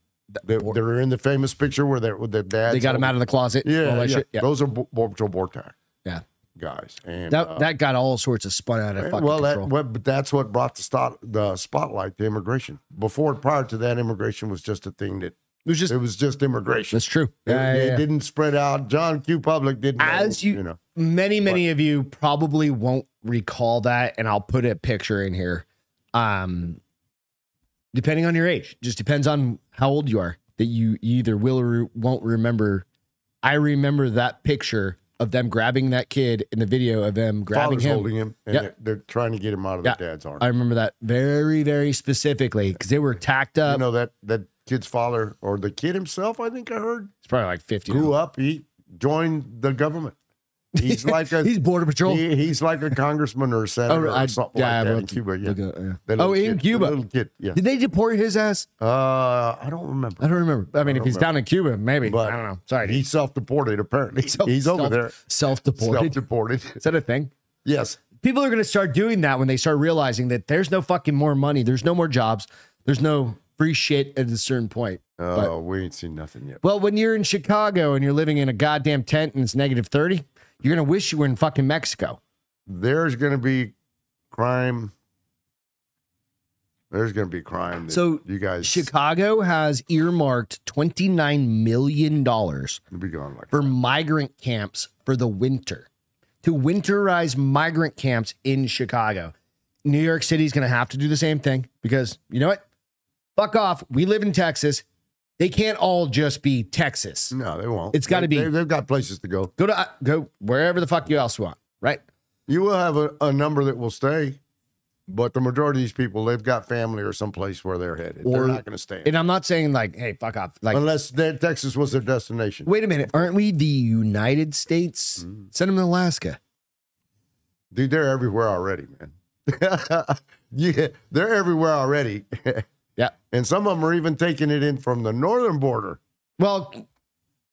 [SPEAKER 4] They, they were in the famous picture where their with their dad.
[SPEAKER 3] they got him out of the closet. and
[SPEAKER 4] Yeah,
[SPEAKER 3] all that
[SPEAKER 4] yeah.
[SPEAKER 3] shit. Yeah.
[SPEAKER 4] those are Bo- Border Patrol Bortat
[SPEAKER 3] Yeah.
[SPEAKER 4] guys. And
[SPEAKER 3] That
[SPEAKER 4] uh,
[SPEAKER 3] that got all sorts of spun out of fucking
[SPEAKER 4] well, that,
[SPEAKER 3] control.
[SPEAKER 4] well, but that's what brought the stop, the spotlight to immigration. Before, prior to that, immigration was just a thing that
[SPEAKER 3] it was just
[SPEAKER 4] it was just immigration.
[SPEAKER 3] that's true.
[SPEAKER 4] It,
[SPEAKER 3] Yeah,
[SPEAKER 4] it
[SPEAKER 3] yeah, yeah.
[SPEAKER 4] didn't spread out. John Q. Public didn't. know,
[SPEAKER 3] As you-
[SPEAKER 4] you know,
[SPEAKER 3] Many many of you probably won't recall that, and I'll put a picture in here. Um, depending on your age, just depends on how old you are that you you either will or won't remember. I remember that picture of them grabbing that kid in the video of them grabbing
[SPEAKER 4] father's
[SPEAKER 3] him.
[SPEAKER 4] holding him, and
[SPEAKER 3] Yeah.
[SPEAKER 4] they're, they're trying to get him out of
[SPEAKER 3] Yeah.
[SPEAKER 4] their dad's arm.
[SPEAKER 3] I remember that very, very specifically because they were tacked up.
[SPEAKER 4] you know that that kid's father or the kid himself. I think I heard
[SPEAKER 3] it's probably like 50.
[SPEAKER 4] grew
[SPEAKER 3] now.
[SPEAKER 4] up. He joined the government. He's like a
[SPEAKER 3] He's Border Patrol.
[SPEAKER 4] he- he's like a congressman or a senator
[SPEAKER 3] I-
[SPEAKER 4] or something
[SPEAKER 3] yeah,
[SPEAKER 4] like that in
[SPEAKER 3] but-
[SPEAKER 4] Cuba. Yeah.
[SPEAKER 3] Look at- yeah.
[SPEAKER 4] That
[SPEAKER 3] Oh,
[SPEAKER 4] little
[SPEAKER 3] in
[SPEAKER 4] kid, the
[SPEAKER 3] Cuba.
[SPEAKER 4] little kid. Yeah.
[SPEAKER 3] Did they deport his ass?
[SPEAKER 4] Uh, I don't remember.
[SPEAKER 3] I don't remember. I mean, if he's down in Cuba, maybe.
[SPEAKER 4] But-
[SPEAKER 3] I don't know. Sorry.
[SPEAKER 4] He's self-deported. Apparently, he's over there
[SPEAKER 3] Self deported.
[SPEAKER 4] self-deported.
[SPEAKER 3] Is that a thing?
[SPEAKER 4] yes,
[SPEAKER 3] People are going to start doing that when they start realizing that there's no fucking more money. There's no more jobs. There's no free shit at a certain point.
[SPEAKER 4] oh, we ain't seen nothing yet.
[SPEAKER 3] Well, when you're in Chicago and you're living in a goddamn tent and it's negative 30, you're going to wish you were in fucking Mexico.
[SPEAKER 4] There's going to be crime. There's going to be crime. That
[SPEAKER 3] So,
[SPEAKER 4] you guys
[SPEAKER 3] Chicago has earmarked $29 million
[SPEAKER 4] will be gone like
[SPEAKER 3] for migrant camps for the winter to winterize migrant camps in Chicago. New York City's going to have to do the same thing because you know what? Fuck off. We live in Texas. They can't all just be Texas.
[SPEAKER 4] no, they won't.
[SPEAKER 3] It's gotta
[SPEAKER 4] They-
[SPEAKER 3] be-
[SPEAKER 4] They, have got places to go.
[SPEAKER 3] Go to uh, go wherever the fuck you else want, right?
[SPEAKER 4] You will have a, a number that will stay, but the majority of these people, they've got family or someplace where they're headed.
[SPEAKER 3] Or-
[SPEAKER 4] they're not going to stay
[SPEAKER 3] And I'm not saying like, hey, fuck off. Like,
[SPEAKER 4] unless they- Texas was their destination.
[SPEAKER 3] wait a minute, aren't we the United States?
[SPEAKER 4] Mm.
[SPEAKER 3] Send them to Alaska.
[SPEAKER 4] Dude, they're everywhere already, man. yeah, they're everywhere already.
[SPEAKER 3] Yeah.
[SPEAKER 4] And some of them are even taking it in from the northern border.
[SPEAKER 3] Well,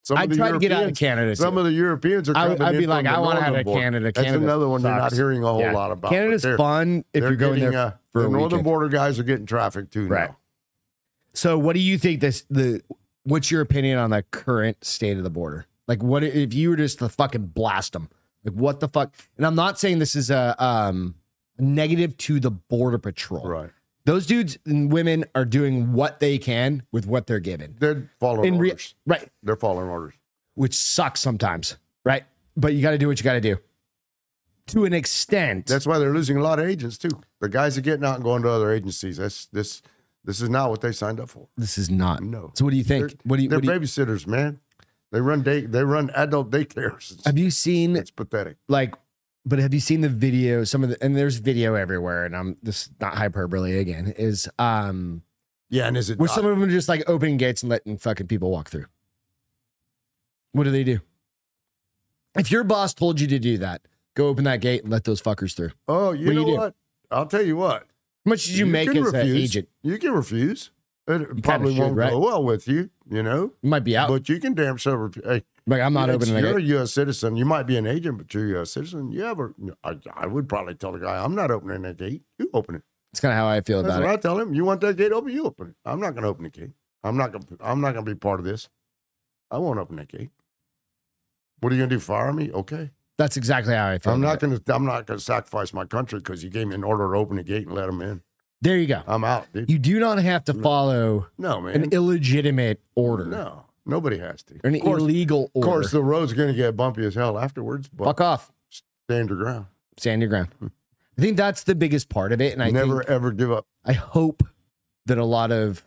[SPEAKER 4] Some
[SPEAKER 3] I
[SPEAKER 4] of the
[SPEAKER 3] try to get out of
[SPEAKER 4] Europeans-
[SPEAKER 3] Canada.
[SPEAKER 4] Some
[SPEAKER 3] too.
[SPEAKER 4] of the Europeans are
[SPEAKER 3] I-
[SPEAKER 4] coming
[SPEAKER 3] I'd be
[SPEAKER 4] in
[SPEAKER 3] like,
[SPEAKER 4] from the
[SPEAKER 3] I wanna
[SPEAKER 4] northern
[SPEAKER 3] have a
[SPEAKER 4] border.
[SPEAKER 3] Canada.
[SPEAKER 4] That's
[SPEAKER 3] Canada
[SPEAKER 4] another one you're not
[SPEAKER 3] sucks.
[SPEAKER 4] hearing a whole
[SPEAKER 3] Yeah.
[SPEAKER 4] lot about. but
[SPEAKER 3] Canada's
[SPEAKER 4] they're-
[SPEAKER 3] fun if
[SPEAKER 4] they're
[SPEAKER 3] you're going
[SPEAKER 4] getting,
[SPEAKER 3] there
[SPEAKER 4] uh,
[SPEAKER 3] for
[SPEAKER 4] the
[SPEAKER 3] a
[SPEAKER 4] northern
[SPEAKER 3] weekend.
[SPEAKER 4] border guys are getting traffic too
[SPEAKER 3] Right.
[SPEAKER 4] now.
[SPEAKER 3] So, what do you think this the what's your opinion on the current state of the border? Like, what if you were just to fucking blast them? Like, what the fuck? And I'm not saying this is a um, negative to the border patrol.
[SPEAKER 4] Right.
[SPEAKER 3] Those dudes and women are doing what they can with what they're given.
[SPEAKER 4] They're following
[SPEAKER 3] In re-
[SPEAKER 4] orders.
[SPEAKER 3] right,
[SPEAKER 4] They're following orders.
[SPEAKER 3] which sucks sometimes. Right, but you got to do what you got to do. To an extent,
[SPEAKER 4] That's why they're losing a lot of agents too. The guys are getting out and going to other agencies. That's this. This is not what they signed up for.
[SPEAKER 3] this is not.
[SPEAKER 4] No.
[SPEAKER 3] So, what do you think?
[SPEAKER 4] They're-
[SPEAKER 3] what do you?
[SPEAKER 4] They're
[SPEAKER 3] What do you
[SPEAKER 4] babysitters, man. They run day. They run adult daycares. It's,
[SPEAKER 3] have you seen
[SPEAKER 4] it's pathetic.
[SPEAKER 3] like but have you seen the video some of the and there's video everywhere and i'm this is not hyperbole again is um
[SPEAKER 4] Yeah, and is it?
[SPEAKER 3] where
[SPEAKER 4] Not,
[SPEAKER 3] some of them are just like opening gates and letting fucking people walk through what do they do if your boss told you to do that go open that gate and let those fuckers through how
[SPEAKER 4] oh, you
[SPEAKER 3] what do
[SPEAKER 4] know
[SPEAKER 3] you do?
[SPEAKER 4] what? I'll tell you what.
[SPEAKER 3] much did you, make
[SPEAKER 4] can
[SPEAKER 3] as an
[SPEAKER 4] refuse.
[SPEAKER 3] agent
[SPEAKER 4] You can refuse. It probably
[SPEAKER 3] should,
[SPEAKER 4] won't
[SPEAKER 3] right?
[SPEAKER 4] go well with you. You know,
[SPEAKER 3] you might be out
[SPEAKER 4] but you can damn sure. refu- Hey,
[SPEAKER 3] like i'm not
[SPEAKER 4] It's-
[SPEAKER 3] opening that
[SPEAKER 4] You're
[SPEAKER 3] gate
[SPEAKER 4] a U.S. citizen. You might be an agent, but you're a U.S. citizen. You ever? I, I would probably tell the guy, I'm not opening that gate. You open it.
[SPEAKER 3] it's kind of how i feel
[SPEAKER 4] That's
[SPEAKER 3] about
[SPEAKER 4] what
[SPEAKER 3] it
[SPEAKER 4] I tell him. You want that gate open? You open it. I'm not going to open the gate. I'm not going. to I'm not going to be part of this. I won't open that gate. What are you going to do? Fire me? Okay.
[SPEAKER 3] that's exactly how i feel
[SPEAKER 4] I'm
[SPEAKER 3] about
[SPEAKER 4] not
[SPEAKER 3] it.
[SPEAKER 4] going to. I'm not going to sacrifice my country because you gave me an order to open the gate and let them in.
[SPEAKER 3] there you go
[SPEAKER 4] I'm out, dude.
[SPEAKER 3] you do not have to follow
[SPEAKER 4] no, man.
[SPEAKER 3] an illegitimate order
[SPEAKER 4] no, nobody has to.
[SPEAKER 3] an
[SPEAKER 4] of course,
[SPEAKER 3] illegal
[SPEAKER 4] of
[SPEAKER 3] order
[SPEAKER 4] course, the road's going to get bumpy as hell afterwards. But
[SPEAKER 3] fuck off
[SPEAKER 4] stay underground.
[SPEAKER 3] stand your ground. I think that's the biggest part of it, and I
[SPEAKER 4] Never
[SPEAKER 3] think,
[SPEAKER 4] ever give up.
[SPEAKER 3] I hope that a lot of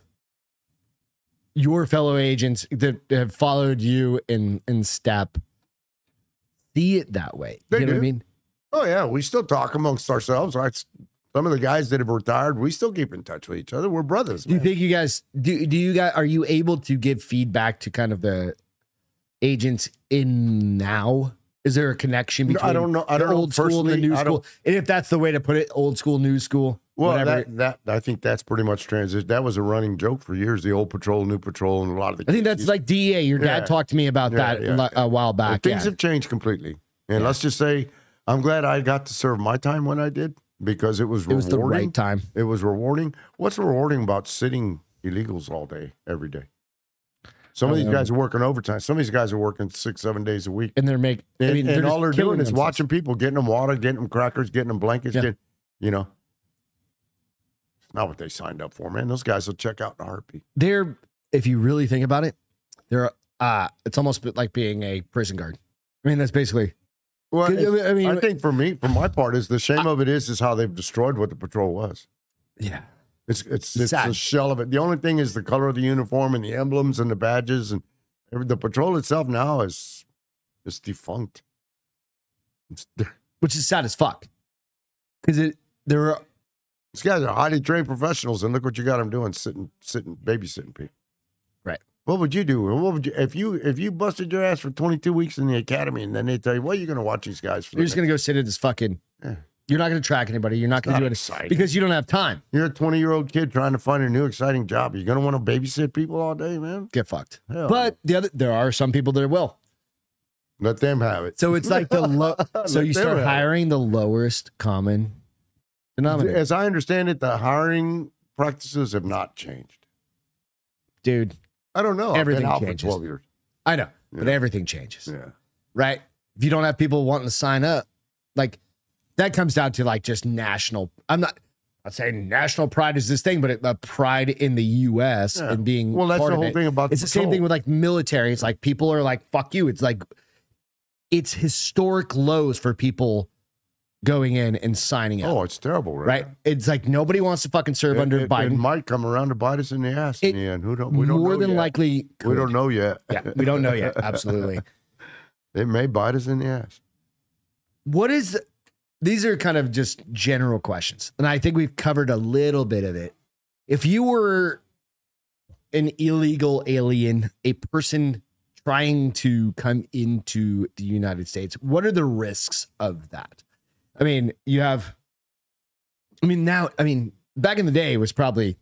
[SPEAKER 3] your fellow agents that have followed you in in step see it that way.
[SPEAKER 4] They
[SPEAKER 3] you know what I
[SPEAKER 4] do.
[SPEAKER 3] mean?
[SPEAKER 4] Oh yeah, we still talk amongst ourselves. I, some of the guys that have retired, we still keep in touch with each other. We're brothers.
[SPEAKER 3] Do you
[SPEAKER 4] man.
[SPEAKER 3] think you guys do? Do you guys are you able to give feedback to kind of the agents in now? Is there a connection
[SPEAKER 4] No,
[SPEAKER 3] between
[SPEAKER 4] I don't know. I
[SPEAKER 3] the
[SPEAKER 4] don't know
[SPEAKER 3] old school and the
[SPEAKER 4] personally.
[SPEAKER 3] new
[SPEAKER 4] I don't-
[SPEAKER 3] school? And if that's the way to put it, old school, new school,
[SPEAKER 4] Well,
[SPEAKER 3] whatever.
[SPEAKER 4] that, that I think that's pretty much transition. That was a running joke for years. The old patrol, new patrol, and a lot of the.
[SPEAKER 3] I think that's like DEA. Your dad
[SPEAKER 4] Yeah.
[SPEAKER 3] talked to me about
[SPEAKER 4] Yeah,
[SPEAKER 3] that
[SPEAKER 4] yeah,
[SPEAKER 3] lo- a while
[SPEAKER 4] Uh,
[SPEAKER 3] back.
[SPEAKER 4] things
[SPEAKER 3] yeah.
[SPEAKER 4] have changed completely. And let's just say, I'm glad I got to serve my time when I did because it was
[SPEAKER 3] it was
[SPEAKER 4] rewarding.
[SPEAKER 3] the right time.
[SPEAKER 4] It was rewarding. What's rewarding about sitting illegals all day, every day? Some of these
[SPEAKER 3] Um,
[SPEAKER 4] guys are working overtime. Some of these guys are working six, seven days a week.
[SPEAKER 3] And they're making.
[SPEAKER 4] And,
[SPEAKER 3] I mean,
[SPEAKER 4] and
[SPEAKER 3] they're
[SPEAKER 4] all they're
[SPEAKER 3] just killing
[SPEAKER 4] doing is
[SPEAKER 3] themselves.
[SPEAKER 4] watching people, getting them water, getting them crackers, getting them blankets,
[SPEAKER 3] Yeah.
[SPEAKER 4] get- you know. It's not what they signed up for, man. Those guys will check out in a heartbeat.
[SPEAKER 3] They're, if you really think about it, they're. Uh, it's almost bit like being a prison guard. I mean, that's basically.
[SPEAKER 4] Well,
[SPEAKER 3] I mean,
[SPEAKER 4] I think for me, for my part, is the shame of it is is how they've destroyed what the patrol was.
[SPEAKER 3] yeah.
[SPEAKER 4] It's
[SPEAKER 3] It's
[SPEAKER 4] it's it's the
[SPEAKER 3] sad.
[SPEAKER 4] shell of it. The only thing is the color of the uniform and the emblems and the badges and every- the patrol itself now is is defunct. It's,
[SPEAKER 3] Which is sad as fuck. Because it there are
[SPEAKER 4] these guys are highly trained professionals, and look what you got them doing, sitting, sitting, babysitting people.
[SPEAKER 3] Right.
[SPEAKER 4] What would you do? What would you if you if you busted your ass for twenty two weeks in the academy, and then they tell you, "Well, you're going to watch these guys for
[SPEAKER 3] you're
[SPEAKER 4] the
[SPEAKER 3] just
[SPEAKER 4] next-"
[SPEAKER 3] gonna go sit in this fucking.
[SPEAKER 4] Yeah.
[SPEAKER 3] You're not gonna track anybody. You're not
[SPEAKER 4] Not
[SPEAKER 3] gonna do anything
[SPEAKER 4] exciting.
[SPEAKER 3] because you don't have time.
[SPEAKER 4] you're a twenty year old kid trying to find a new exciting job. You're going to want to babysit people all day, man.
[SPEAKER 3] Get fucked.
[SPEAKER 4] Hell
[SPEAKER 3] But the other, there are some people that will.
[SPEAKER 4] let them have it.
[SPEAKER 3] So it's like the low. so
[SPEAKER 4] Let
[SPEAKER 3] you
[SPEAKER 4] them
[SPEAKER 3] start
[SPEAKER 4] have it.
[SPEAKER 3] hiring the lowest common denominator.
[SPEAKER 4] As I understand it, the hiring practices have not changed.
[SPEAKER 3] dude.
[SPEAKER 4] I don't know. I've been
[SPEAKER 3] Everything
[SPEAKER 4] out for
[SPEAKER 3] changes. Mm,
[SPEAKER 4] Twelve years.
[SPEAKER 3] I know, but
[SPEAKER 4] Yeah.
[SPEAKER 3] everything changes,
[SPEAKER 4] Yeah.
[SPEAKER 3] right? If you don't have people wanting to sign up, like that comes down to like just national. I'm not. I'd say national pride is this thing, but it, uh, pride in the U.S.
[SPEAKER 4] Yeah.
[SPEAKER 3] and being
[SPEAKER 4] Well, that's
[SPEAKER 3] part
[SPEAKER 4] the
[SPEAKER 3] of
[SPEAKER 4] whole
[SPEAKER 3] it.
[SPEAKER 4] thing about
[SPEAKER 3] It's the same
[SPEAKER 4] patrol.
[SPEAKER 3] thing with like military. It's like people are like, "Fuck you." It's like it's historic lows for people going in and signing up.
[SPEAKER 4] Oh, it's terrible, right?
[SPEAKER 3] right? It's like nobody wants to fucking serve
[SPEAKER 4] It-
[SPEAKER 3] under
[SPEAKER 4] it,
[SPEAKER 3] Biden.
[SPEAKER 4] It might come around to bite us in the ass
[SPEAKER 3] It-
[SPEAKER 4] in the end. Who don't? We don't
[SPEAKER 3] More
[SPEAKER 4] know
[SPEAKER 3] than
[SPEAKER 4] yet.
[SPEAKER 3] likely,
[SPEAKER 4] We
[SPEAKER 3] could.
[SPEAKER 4] don't know yet.
[SPEAKER 3] Yeah, we don't know yet. Absolutely.
[SPEAKER 4] It may bite us in the ass.
[SPEAKER 3] what is these are kind of just general questions and i think we've covered a little bit of it if you were an illegal alien a person trying to come into the united states what are the risks of that i mean you have i mean now i mean back in the day it was probably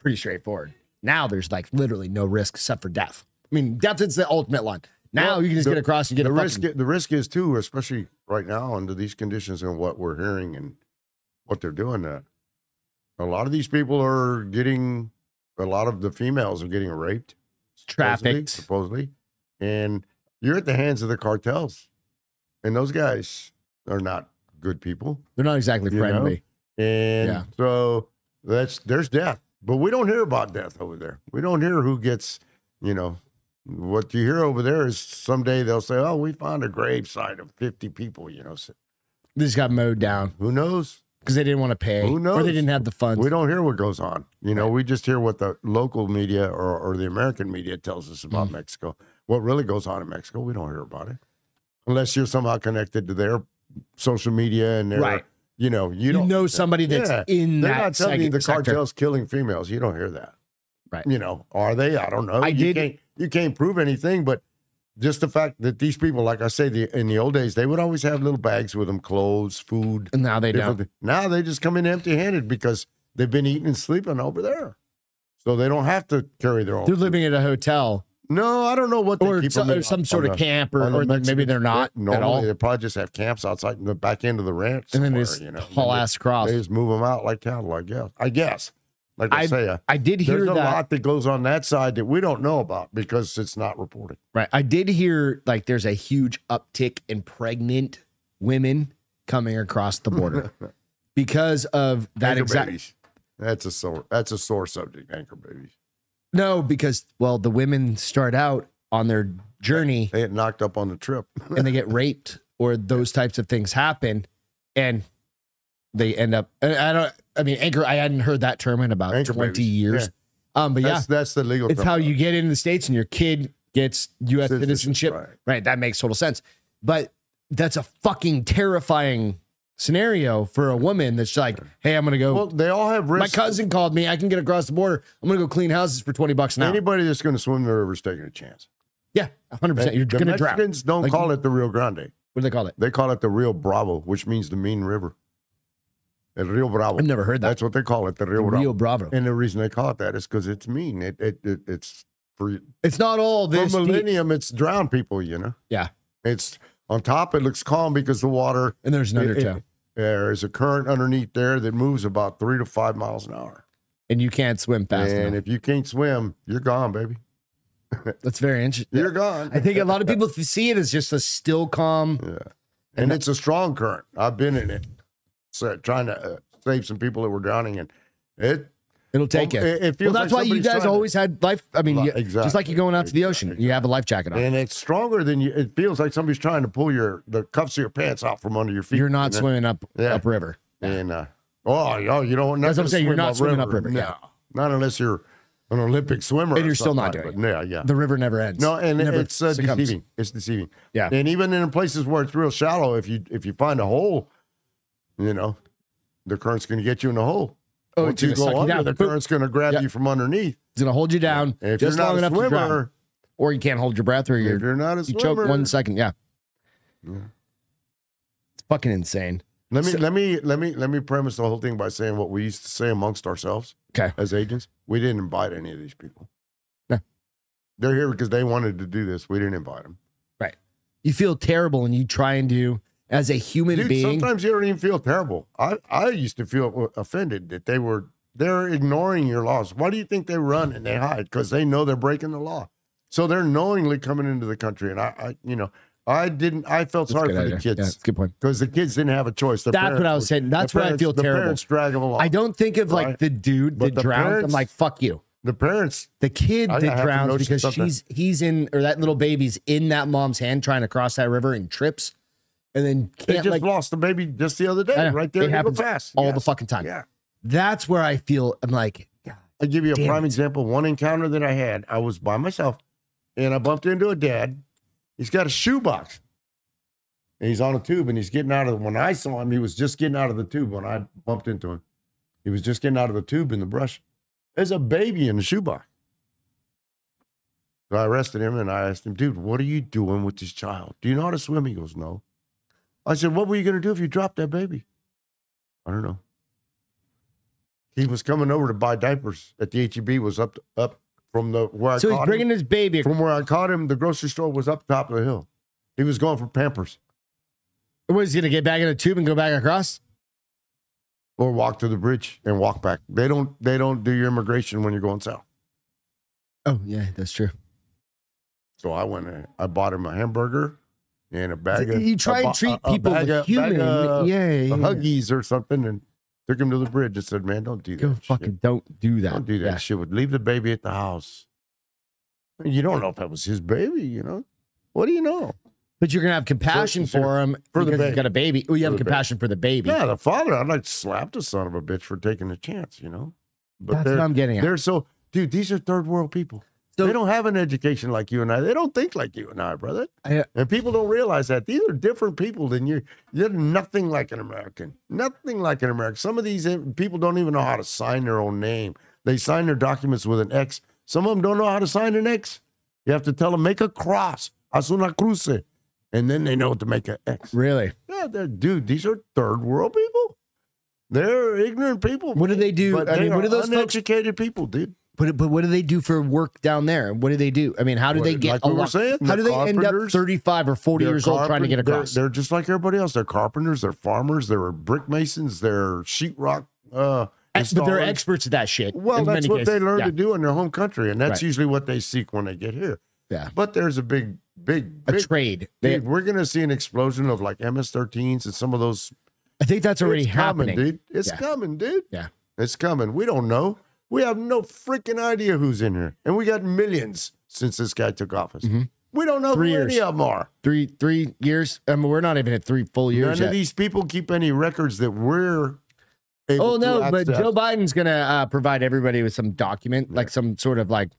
[SPEAKER 3] pretty straightforward now there's like literally no risk except for death i mean death is the ultimate one now
[SPEAKER 4] Well,
[SPEAKER 3] you can just
[SPEAKER 4] the-
[SPEAKER 3] get across and get
[SPEAKER 4] The
[SPEAKER 3] a
[SPEAKER 4] risk,
[SPEAKER 3] risk
[SPEAKER 4] the risk is too, especially right now under these conditions and what we're hearing and what they're doing. Uh, a lot of these people are getting, a lot of the females are getting raped, supposedly-
[SPEAKER 3] trafficked.
[SPEAKER 4] supposedly, and you're at the hands of the cartels, and those guys are not good people,
[SPEAKER 3] They're not exactly
[SPEAKER 4] You know?
[SPEAKER 3] friendly.
[SPEAKER 4] and
[SPEAKER 3] Yeah.
[SPEAKER 4] so that's there's death, but we don't hear about death over there. We don't hear who gets, you know, what you hear over there is someday they'll say, "Oh, we found a gravesite of 50 people," you know. So
[SPEAKER 3] They just got mowed down
[SPEAKER 4] who knows?
[SPEAKER 3] because they didn't want to pay.
[SPEAKER 4] Who
[SPEAKER 3] Or
[SPEAKER 4] knows?
[SPEAKER 3] they didn't have the funds.
[SPEAKER 4] We don't hear what goes on. You know, we just hear what the local media or, or the American media tells us
[SPEAKER 3] Mm.
[SPEAKER 4] about Mexico. What really goes on in Mexico, we don't hear about it. Unless you're somehow connected to their social media and their,
[SPEAKER 3] Right.
[SPEAKER 4] you know, you
[SPEAKER 3] You,
[SPEAKER 4] don't
[SPEAKER 3] know somebody that's
[SPEAKER 4] Yeah.
[SPEAKER 3] in
[SPEAKER 4] They're
[SPEAKER 3] that
[SPEAKER 4] not telling you
[SPEAKER 3] seg-
[SPEAKER 4] the
[SPEAKER 3] sector.
[SPEAKER 4] cartel's killing females. You don't hear that.
[SPEAKER 3] Right.
[SPEAKER 4] You know, are they? I don't know.
[SPEAKER 3] I
[SPEAKER 4] you
[SPEAKER 3] did-
[SPEAKER 4] can't you can't prove anything, but just the fact that these people, like I say, the, in the old days, they would always have little bags with them, clothes, food,
[SPEAKER 3] And now they
[SPEAKER 4] different
[SPEAKER 3] don't.
[SPEAKER 4] thi- Now they just come in empty handed because they've been eating and sleeping over there. So they don't have to carry their own.
[SPEAKER 3] They're living at a hotel
[SPEAKER 4] No, I don't know what they
[SPEAKER 3] or,
[SPEAKER 4] keep
[SPEAKER 3] some,
[SPEAKER 4] them in
[SPEAKER 3] or some
[SPEAKER 4] on-
[SPEAKER 3] sort
[SPEAKER 4] on
[SPEAKER 3] of
[SPEAKER 4] the-
[SPEAKER 3] camp, or,
[SPEAKER 4] on the
[SPEAKER 3] or then maybe
[SPEAKER 4] Mexican-
[SPEAKER 3] they're not
[SPEAKER 4] Normally,
[SPEAKER 3] at all.
[SPEAKER 4] they probably just have camps outside in the back end of the ranch.
[SPEAKER 3] And then they
[SPEAKER 4] somewhere,
[SPEAKER 3] just
[SPEAKER 4] you know, and
[SPEAKER 3] haul
[SPEAKER 4] they-
[SPEAKER 3] ass across.
[SPEAKER 4] They just move them out like cattle, I guess. I guess. Like I
[SPEAKER 3] I've
[SPEAKER 4] say, uh,
[SPEAKER 3] I did hear
[SPEAKER 4] there's a
[SPEAKER 3] that.
[SPEAKER 4] lot that goes on that side that we don't know about because it's not reported.
[SPEAKER 3] Right. I did hear like there's a huge uptick in pregnant women coming across the border because of that
[SPEAKER 4] Anchor
[SPEAKER 3] exact.
[SPEAKER 4] babies. That's a sore. That's a sore subject. Anchor babies.
[SPEAKER 3] No, because well, the women start out on their journey
[SPEAKER 4] They get knocked up on the trip.
[SPEAKER 3] and they get raped or those types of things happen, and they end up. and I don't. I mean, anchor. I hadn't heard that term in about
[SPEAKER 4] Anchor
[SPEAKER 3] twenty
[SPEAKER 4] babies.
[SPEAKER 3] years. Um, but
[SPEAKER 4] That's, that's the legal.
[SPEAKER 3] yeah, it's how
[SPEAKER 4] terminology.
[SPEAKER 3] you get into the states and your kid gets U.S.
[SPEAKER 4] Citizenship,
[SPEAKER 3] citizenship.
[SPEAKER 4] right.
[SPEAKER 3] Right. That makes total sense. But that's a fucking terrifying scenario for a woman that's like, hey, I'm going to go.
[SPEAKER 4] Well, they all have
[SPEAKER 3] my
[SPEAKER 4] risks.
[SPEAKER 3] cousin called me. I can get across the border. I'm going to go clean houses for 20 bucks an hour.
[SPEAKER 4] Anybody that's going to swim the river is taking a chance.
[SPEAKER 3] Yeah. 100%. You're
[SPEAKER 4] the
[SPEAKER 3] going to drown. What
[SPEAKER 4] Mexicans don't
[SPEAKER 3] Like-
[SPEAKER 4] call it the Rio Grande.
[SPEAKER 3] do they call it?
[SPEAKER 4] They call it the Rio Bravo, which means the mean river. El Rio Bravo.
[SPEAKER 3] I've never heard that.
[SPEAKER 4] That's what they call it, the Rio
[SPEAKER 3] The
[SPEAKER 4] Bravo.
[SPEAKER 3] Rio Bravo.
[SPEAKER 4] And the reason they call it that is because it's mean. It, it, it it's for,
[SPEAKER 3] It's not all
[SPEAKER 4] for
[SPEAKER 3] this. deep.
[SPEAKER 4] millennium. It's drowned people. You know.
[SPEAKER 3] Yeah.
[SPEAKER 4] It's on top. It looks calm because the water.
[SPEAKER 3] And there's an
[SPEAKER 4] it-
[SPEAKER 3] undertow.
[SPEAKER 4] it- there is a current underneath there that moves about three to five miles an hour.
[SPEAKER 3] and you can't swim fast
[SPEAKER 4] and
[SPEAKER 3] enough.
[SPEAKER 4] if you can't swim, you're gone, baby.
[SPEAKER 3] That's very interesting.
[SPEAKER 4] You're gone.
[SPEAKER 3] I think a lot of people see it as just a still calm.
[SPEAKER 4] Yeah. And it's a strong current. I've been in it, so trying to uh, save some people that were drowning, and it
[SPEAKER 3] It'll take you.
[SPEAKER 4] It, it
[SPEAKER 3] Well,
[SPEAKER 4] feels
[SPEAKER 3] that's
[SPEAKER 4] like
[SPEAKER 3] why you
[SPEAKER 4] somebody's
[SPEAKER 3] guys
[SPEAKER 4] trying to-
[SPEAKER 3] always had life. I mean,
[SPEAKER 4] Li-
[SPEAKER 3] you- just like
[SPEAKER 4] exactly,
[SPEAKER 3] you're going out to the ocean,
[SPEAKER 4] exactly.
[SPEAKER 3] you have a life jacket on.
[SPEAKER 4] and it's stronger than you. It feels like somebody's trying to pull your the cuffs of your pants out from under your feet.
[SPEAKER 3] You're not
[SPEAKER 4] you know?
[SPEAKER 3] swimming up
[SPEAKER 4] Yeah.
[SPEAKER 3] upriver.
[SPEAKER 4] And uh, oh, yo, you don't.
[SPEAKER 3] That's what I'm saying, you're not swimming upriver,
[SPEAKER 4] No,
[SPEAKER 3] yeah.
[SPEAKER 4] not unless you're an Olympic swimmer,
[SPEAKER 3] And
[SPEAKER 4] or
[SPEAKER 3] you're still not
[SPEAKER 4] something like
[SPEAKER 3] doing
[SPEAKER 4] that. Yeah, yeah.
[SPEAKER 3] The river never ends.
[SPEAKER 4] No, and
[SPEAKER 3] Never
[SPEAKER 4] it's uh,
[SPEAKER 3] succumbs.
[SPEAKER 4] deceiving. It's deceiving.
[SPEAKER 3] Yeah.
[SPEAKER 4] and even in places where it's real shallow, if you if you find a hole, you know, the current's going to get you in the hole.
[SPEAKER 3] Oh,
[SPEAKER 4] Once
[SPEAKER 3] it's
[SPEAKER 4] you
[SPEAKER 3] gonna suck
[SPEAKER 4] go
[SPEAKER 3] you
[SPEAKER 4] under,
[SPEAKER 3] down.
[SPEAKER 4] the
[SPEAKER 3] Boop.
[SPEAKER 4] current's going to grab
[SPEAKER 3] Yeah.
[SPEAKER 4] you from underneath.
[SPEAKER 3] It's gonna hold you down
[SPEAKER 4] And if
[SPEAKER 3] just
[SPEAKER 4] you're
[SPEAKER 3] long
[SPEAKER 4] not a
[SPEAKER 3] enough to drown,
[SPEAKER 4] swimmer,
[SPEAKER 3] or you can't hold your breath, or you're,
[SPEAKER 4] if you're not a
[SPEAKER 3] you
[SPEAKER 4] swimmer,
[SPEAKER 3] choke one second. Yeah. It's fucking insane.
[SPEAKER 4] Let me
[SPEAKER 3] So-
[SPEAKER 4] let me let me let me premise the whole thing by saying what we used to say amongst ourselves.
[SPEAKER 3] Okay.
[SPEAKER 4] As agents, we didn't invite any of these people.
[SPEAKER 3] No.
[SPEAKER 4] They're here because they wanted to do this. We didn't invite them.
[SPEAKER 3] You feel terrible, and you try and do as a human
[SPEAKER 4] Dude,
[SPEAKER 3] being.
[SPEAKER 4] sometimes you don't even feel terrible. I I used to feel uh, offended that they were they're ignoring your laws. Why do you think they run and they hide? Because they know they're breaking the law. So they're knowingly coming into the country. And I, I you know, I didn't. I felt
[SPEAKER 3] That's a
[SPEAKER 4] sorry
[SPEAKER 3] good
[SPEAKER 4] for
[SPEAKER 3] idea.
[SPEAKER 4] the
[SPEAKER 3] Yeah,
[SPEAKER 4] kids
[SPEAKER 3] that's a good point.
[SPEAKER 4] because the kids didn't have a choice. Their
[SPEAKER 3] That's what I
[SPEAKER 4] parents
[SPEAKER 3] was
[SPEAKER 4] were-
[SPEAKER 3] saying. That's
[SPEAKER 4] the
[SPEAKER 3] where I
[SPEAKER 4] parents-
[SPEAKER 3] feel
[SPEAKER 4] the
[SPEAKER 3] terrible.
[SPEAKER 4] Parents drag them along.
[SPEAKER 3] I don't think of like
[SPEAKER 4] Right.
[SPEAKER 3] the dude
[SPEAKER 4] But
[SPEAKER 3] that
[SPEAKER 4] the
[SPEAKER 3] drowns. I'm
[SPEAKER 4] parents-
[SPEAKER 3] like, fuck you.
[SPEAKER 4] the parents
[SPEAKER 3] The kid
[SPEAKER 4] I- I have
[SPEAKER 3] that
[SPEAKER 4] to
[SPEAKER 3] drowns
[SPEAKER 4] notice
[SPEAKER 3] because
[SPEAKER 4] something.
[SPEAKER 3] she's he's in or that little baby's in that mom's hand trying to cross that river and trips, and then
[SPEAKER 4] They
[SPEAKER 3] can't
[SPEAKER 4] just
[SPEAKER 3] like
[SPEAKER 4] lost the baby just the other
[SPEAKER 3] I
[SPEAKER 4] day,
[SPEAKER 3] know.
[SPEAKER 4] right there.
[SPEAKER 3] It
[SPEAKER 4] in Eagle
[SPEAKER 3] happens
[SPEAKER 4] Pass.
[SPEAKER 3] all the
[SPEAKER 4] Yes.
[SPEAKER 3] fucking time.
[SPEAKER 4] Yeah.
[SPEAKER 3] That's where I feel I'm like,
[SPEAKER 4] I'll give you a
[SPEAKER 3] Damn
[SPEAKER 4] prime
[SPEAKER 3] it.
[SPEAKER 4] example. One encounter that I had, I was by myself and I bumped into a dad. He's got a shoebox and he's on a tube and he's getting out of When I saw him, he was just getting out of the tube when I bumped into him. He was just getting out of the tube in the brush. There's a baby in the shoebox. So I arrested him and I asked him, dude, what are you doing with this child? Do you know how to swim? He goes, no. I said, what were you going to do if you dropped that baby? I don't know he was coming over to buy diapers at the HEB was up up from the where I
[SPEAKER 3] so he's
[SPEAKER 4] caught
[SPEAKER 3] bringing
[SPEAKER 4] him.
[SPEAKER 3] his baby.
[SPEAKER 4] from where I caught him. The grocery store was up top of the hill. He was going for Pampers
[SPEAKER 3] What is he gonna get back in a tube and go back across?
[SPEAKER 4] or walk to the bridge and walk back. They don't they don't do your immigration when you're going south.
[SPEAKER 3] Oh yeah, that's true.
[SPEAKER 4] So I went. And I bought him a hamburger and a bag of.
[SPEAKER 3] you try
[SPEAKER 4] a bo-
[SPEAKER 3] and treat
[SPEAKER 4] a- a
[SPEAKER 3] people
[SPEAKER 4] bag
[SPEAKER 3] with
[SPEAKER 4] of-
[SPEAKER 3] human.
[SPEAKER 4] Bag of,
[SPEAKER 3] yeah, yeah.
[SPEAKER 4] a Huggies or something, and took him to the bridge and said, "Man, don't do that.
[SPEAKER 3] Go
[SPEAKER 4] shit.
[SPEAKER 3] fucking don't do that.
[SPEAKER 4] Don't do that
[SPEAKER 3] Yeah.
[SPEAKER 4] shit. Would leave the baby at the house. You don't know if that was his baby. You know, what do you know?
[SPEAKER 3] But you're gonna have compassion
[SPEAKER 4] so-
[SPEAKER 3] for him
[SPEAKER 4] for the
[SPEAKER 3] because he's
[SPEAKER 4] baby.
[SPEAKER 3] got a baby. Well, you
[SPEAKER 4] For
[SPEAKER 3] have
[SPEAKER 4] the baby.
[SPEAKER 3] compassion for the baby.
[SPEAKER 4] Yeah, the father. I'd like to slap the son of a bitch for taking the chance. You know, but
[SPEAKER 3] That's
[SPEAKER 4] they're
[SPEAKER 3] what I'm getting at.
[SPEAKER 4] they're so dude. These are third world people.
[SPEAKER 3] So-
[SPEAKER 4] they don't have an education like you and I. They don't think like you and I, brother.
[SPEAKER 3] I- uh,
[SPEAKER 4] and people don't realize that these are different people than you. You're nothing like an American. Nothing like an American. Some of these uh, people don't even know how to sign their own name. They sign their documents with an X. Some of them don't know how to sign an X. You have to tell them make a cross, haz una cruce, and then they know to make an X.
[SPEAKER 3] Really?
[SPEAKER 4] Yeah, they're- dude, these are third world people. They're ignorant people.
[SPEAKER 3] What do
[SPEAKER 4] man.
[SPEAKER 3] they do-
[SPEAKER 4] But
[SPEAKER 3] I
[SPEAKER 4] they
[SPEAKER 3] mean, what do
[SPEAKER 4] are
[SPEAKER 3] those folks-
[SPEAKER 4] uneducated people, dude?
[SPEAKER 3] But but what do they do for work down there? What do they do? I mean, how do
[SPEAKER 4] What-
[SPEAKER 3] they get
[SPEAKER 4] like
[SPEAKER 3] a
[SPEAKER 4] we were
[SPEAKER 3] lot-
[SPEAKER 4] saying,
[SPEAKER 3] how
[SPEAKER 4] they're
[SPEAKER 3] do they end up
[SPEAKER 4] carpenters.
[SPEAKER 3] 35 or 40
[SPEAKER 4] They're
[SPEAKER 3] years old trying to get
[SPEAKER 4] carpen- they're-
[SPEAKER 3] across?
[SPEAKER 4] They're, just like everybody else. They're carpenters. They're farmers. They're brick masons. They're sheetrock. Uh,
[SPEAKER 3] Eh, but they're
[SPEAKER 4] installers.
[SPEAKER 3] experts at that shit.
[SPEAKER 4] Well,
[SPEAKER 3] in
[SPEAKER 4] that's
[SPEAKER 3] many
[SPEAKER 4] what
[SPEAKER 3] cases.
[SPEAKER 4] they learn
[SPEAKER 3] Yeah.
[SPEAKER 4] to do in their home country, and that's
[SPEAKER 3] Right.
[SPEAKER 4] usually what they seek when they get here.
[SPEAKER 3] Yeah.
[SPEAKER 4] But there's a big, big,
[SPEAKER 3] A
[SPEAKER 4] big.
[SPEAKER 3] trade. They-
[SPEAKER 4] dude, we're gonna see an explosion of like MS-13s and some of those
[SPEAKER 3] I think that's already
[SPEAKER 4] it's
[SPEAKER 3] happening.
[SPEAKER 4] Coming, dude. It's
[SPEAKER 3] Yeah.
[SPEAKER 4] coming, dude.
[SPEAKER 3] Yeah.
[SPEAKER 4] It's coming. We don't know. We have no freaking idea who's in here. And we got millions since this guy took office. We don't know
[SPEAKER 3] Mm-hmm. Three
[SPEAKER 4] who
[SPEAKER 3] years.
[SPEAKER 4] any of them are.
[SPEAKER 3] Three three years. I mean, we're not even at three full
[SPEAKER 4] None
[SPEAKER 3] years
[SPEAKER 4] of
[SPEAKER 3] yet.
[SPEAKER 4] these people keep any records that we're able
[SPEAKER 3] Oh no,
[SPEAKER 4] to
[SPEAKER 3] but
[SPEAKER 4] access.
[SPEAKER 3] Joe Biden's gonna uh, provide everybody with some document, like some sort of like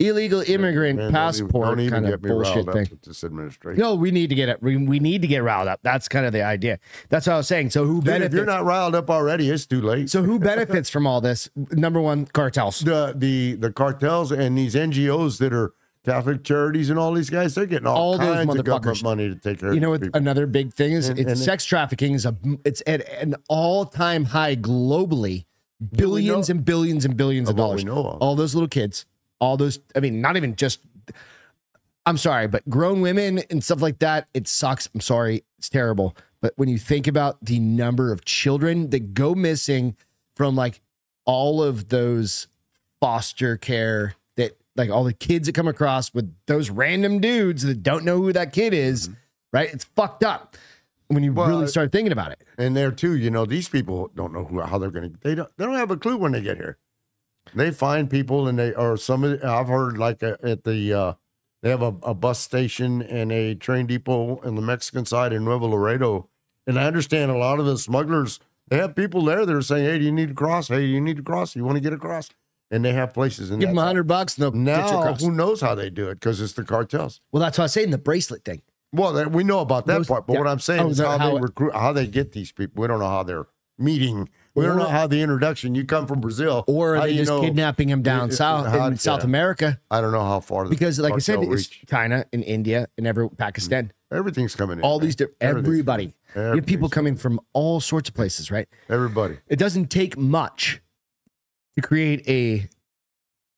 [SPEAKER 3] illegal immigrant
[SPEAKER 4] Man, don't even-
[SPEAKER 3] passport
[SPEAKER 4] don't even
[SPEAKER 3] kind of
[SPEAKER 4] get me riled
[SPEAKER 3] bullshit
[SPEAKER 4] up
[SPEAKER 3] thing.
[SPEAKER 4] with This administration.
[SPEAKER 3] No, we need to get it. We, we need to get riled up. That's kind of the idea. That's what I was saying. So who
[SPEAKER 4] Dude, if
[SPEAKER 3] benefits?
[SPEAKER 4] you're not riled up already, it's too late.
[SPEAKER 3] so who benefits from all this? Number one, cartels.
[SPEAKER 4] the the the cartels and these NGOs that are Catholic charities and all these guys, they're getting all,
[SPEAKER 3] All those
[SPEAKER 4] kinds of
[SPEAKER 3] motherfuckers.
[SPEAKER 4] government money to take care
[SPEAKER 3] You
[SPEAKER 4] of
[SPEAKER 3] know what?
[SPEAKER 4] these people.
[SPEAKER 3] Another big thing is
[SPEAKER 4] And-
[SPEAKER 3] it's
[SPEAKER 4] and it-
[SPEAKER 3] sex trafficking is a it's at an all time high globally. Billions and billions and billions of
[SPEAKER 4] Of what
[SPEAKER 3] dollars.
[SPEAKER 4] we know of.
[SPEAKER 3] All those little kids. All those. I mean, not even just. I'm sorry, but grown women and stuff like that, it sucks. I'm sorry, it's terrible. But when you think about the number of children that go missing from like all of those foster care that like all the kids that come across with those random dudes that don't know who that kid is, right? It's fucked up when you
[SPEAKER 4] Well,
[SPEAKER 3] really
[SPEAKER 4] it-
[SPEAKER 3] start thinking about it.
[SPEAKER 4] And there too, you know, these people don't know who, how they're going to. They don't. They don't have a clue when they get here. They find people, and they or some. of the- I've heard like uh at the uh, they have a, a bus station and a train depot in the Mexican side in Nuevo Laredo, and I understand a lot of the smugglers. They have people there that are saying, "Hey, do you need to cross? Hey, do you need to cross? You want to get across?" And they have places in
[SPEAKER 3] Give
[SPEAKER 4] that
[SPEAKER 3] them a
[SPEAKER 4] side.
[SPEAKER 3] hundred bucks and they'll get you
[SPEAKER 4] Now,
[SPEAKER 3] across.
[SPEAKER 4] who knows how they do it? Because it's the cartels.
[SPEAKER 3] Well, that's what I was saying, the bracelet thing.
[SPEAKER 4] Well, that, we know about that
[SPEAKER 3] Those-
[SPEAKER 4] part, but
[SPEAKER 3] yeah.
[SPEAKER 4] what I'm saying
[SPEAKER 3] Oh,
[SPEAKER 4] is
[SPEAKER 3] the-
[SPEAKER 4] how,
[SPEAKER 3] how
[SPEAKER 4] they
[SPEAKER 3] it-
[SPEAKER 4] recruit, how they get these people. We don't know how they're meeting. We
[SPEAKER 3] Or-
[SPEAKER 4] don't know how the introduction. You come from Brazil,
[SPEAKER 3] Or are
[SPEAKER 4] how do
[SPEAKER 3] they
[SPEAKER 4] you
[SPEAKER 3] just
[SPEAKER 4] know-
[SPEAKER 3] kidnapping him down
[SPEAKER 4] Yeah, yeah,
[SPEAKER 3] south
[SPEAKER 4] how-
[SPEAKER 3] in South
[SPEAKER 4] yeah.
[SPEAKER 3] America?
[SPEAKER 4] I don't know how far the
[SPEAKER 3] Because, like I said,
[SPEAKER 4] cartel
[SPEAKER 3] it's
[SPEAKER 4] reach. Mm.
[SPEAKER 3] China and India and every Pakistan,
[SPEAKER 4] everything's coming in.
[SPEAKER 3] all
[SPEAKER 4] man.
[SPEAKER 3] these different
[SPEAKER 4] Everything's-
[SPEAKER 3] everybody. You have people
[SPEAKER 4] everything's-
[SPEAKER 3] coming from all sorts of places, right?
[SPEAKER 4] Everybody.
[SPEAKER 3] It doesn't take much to create a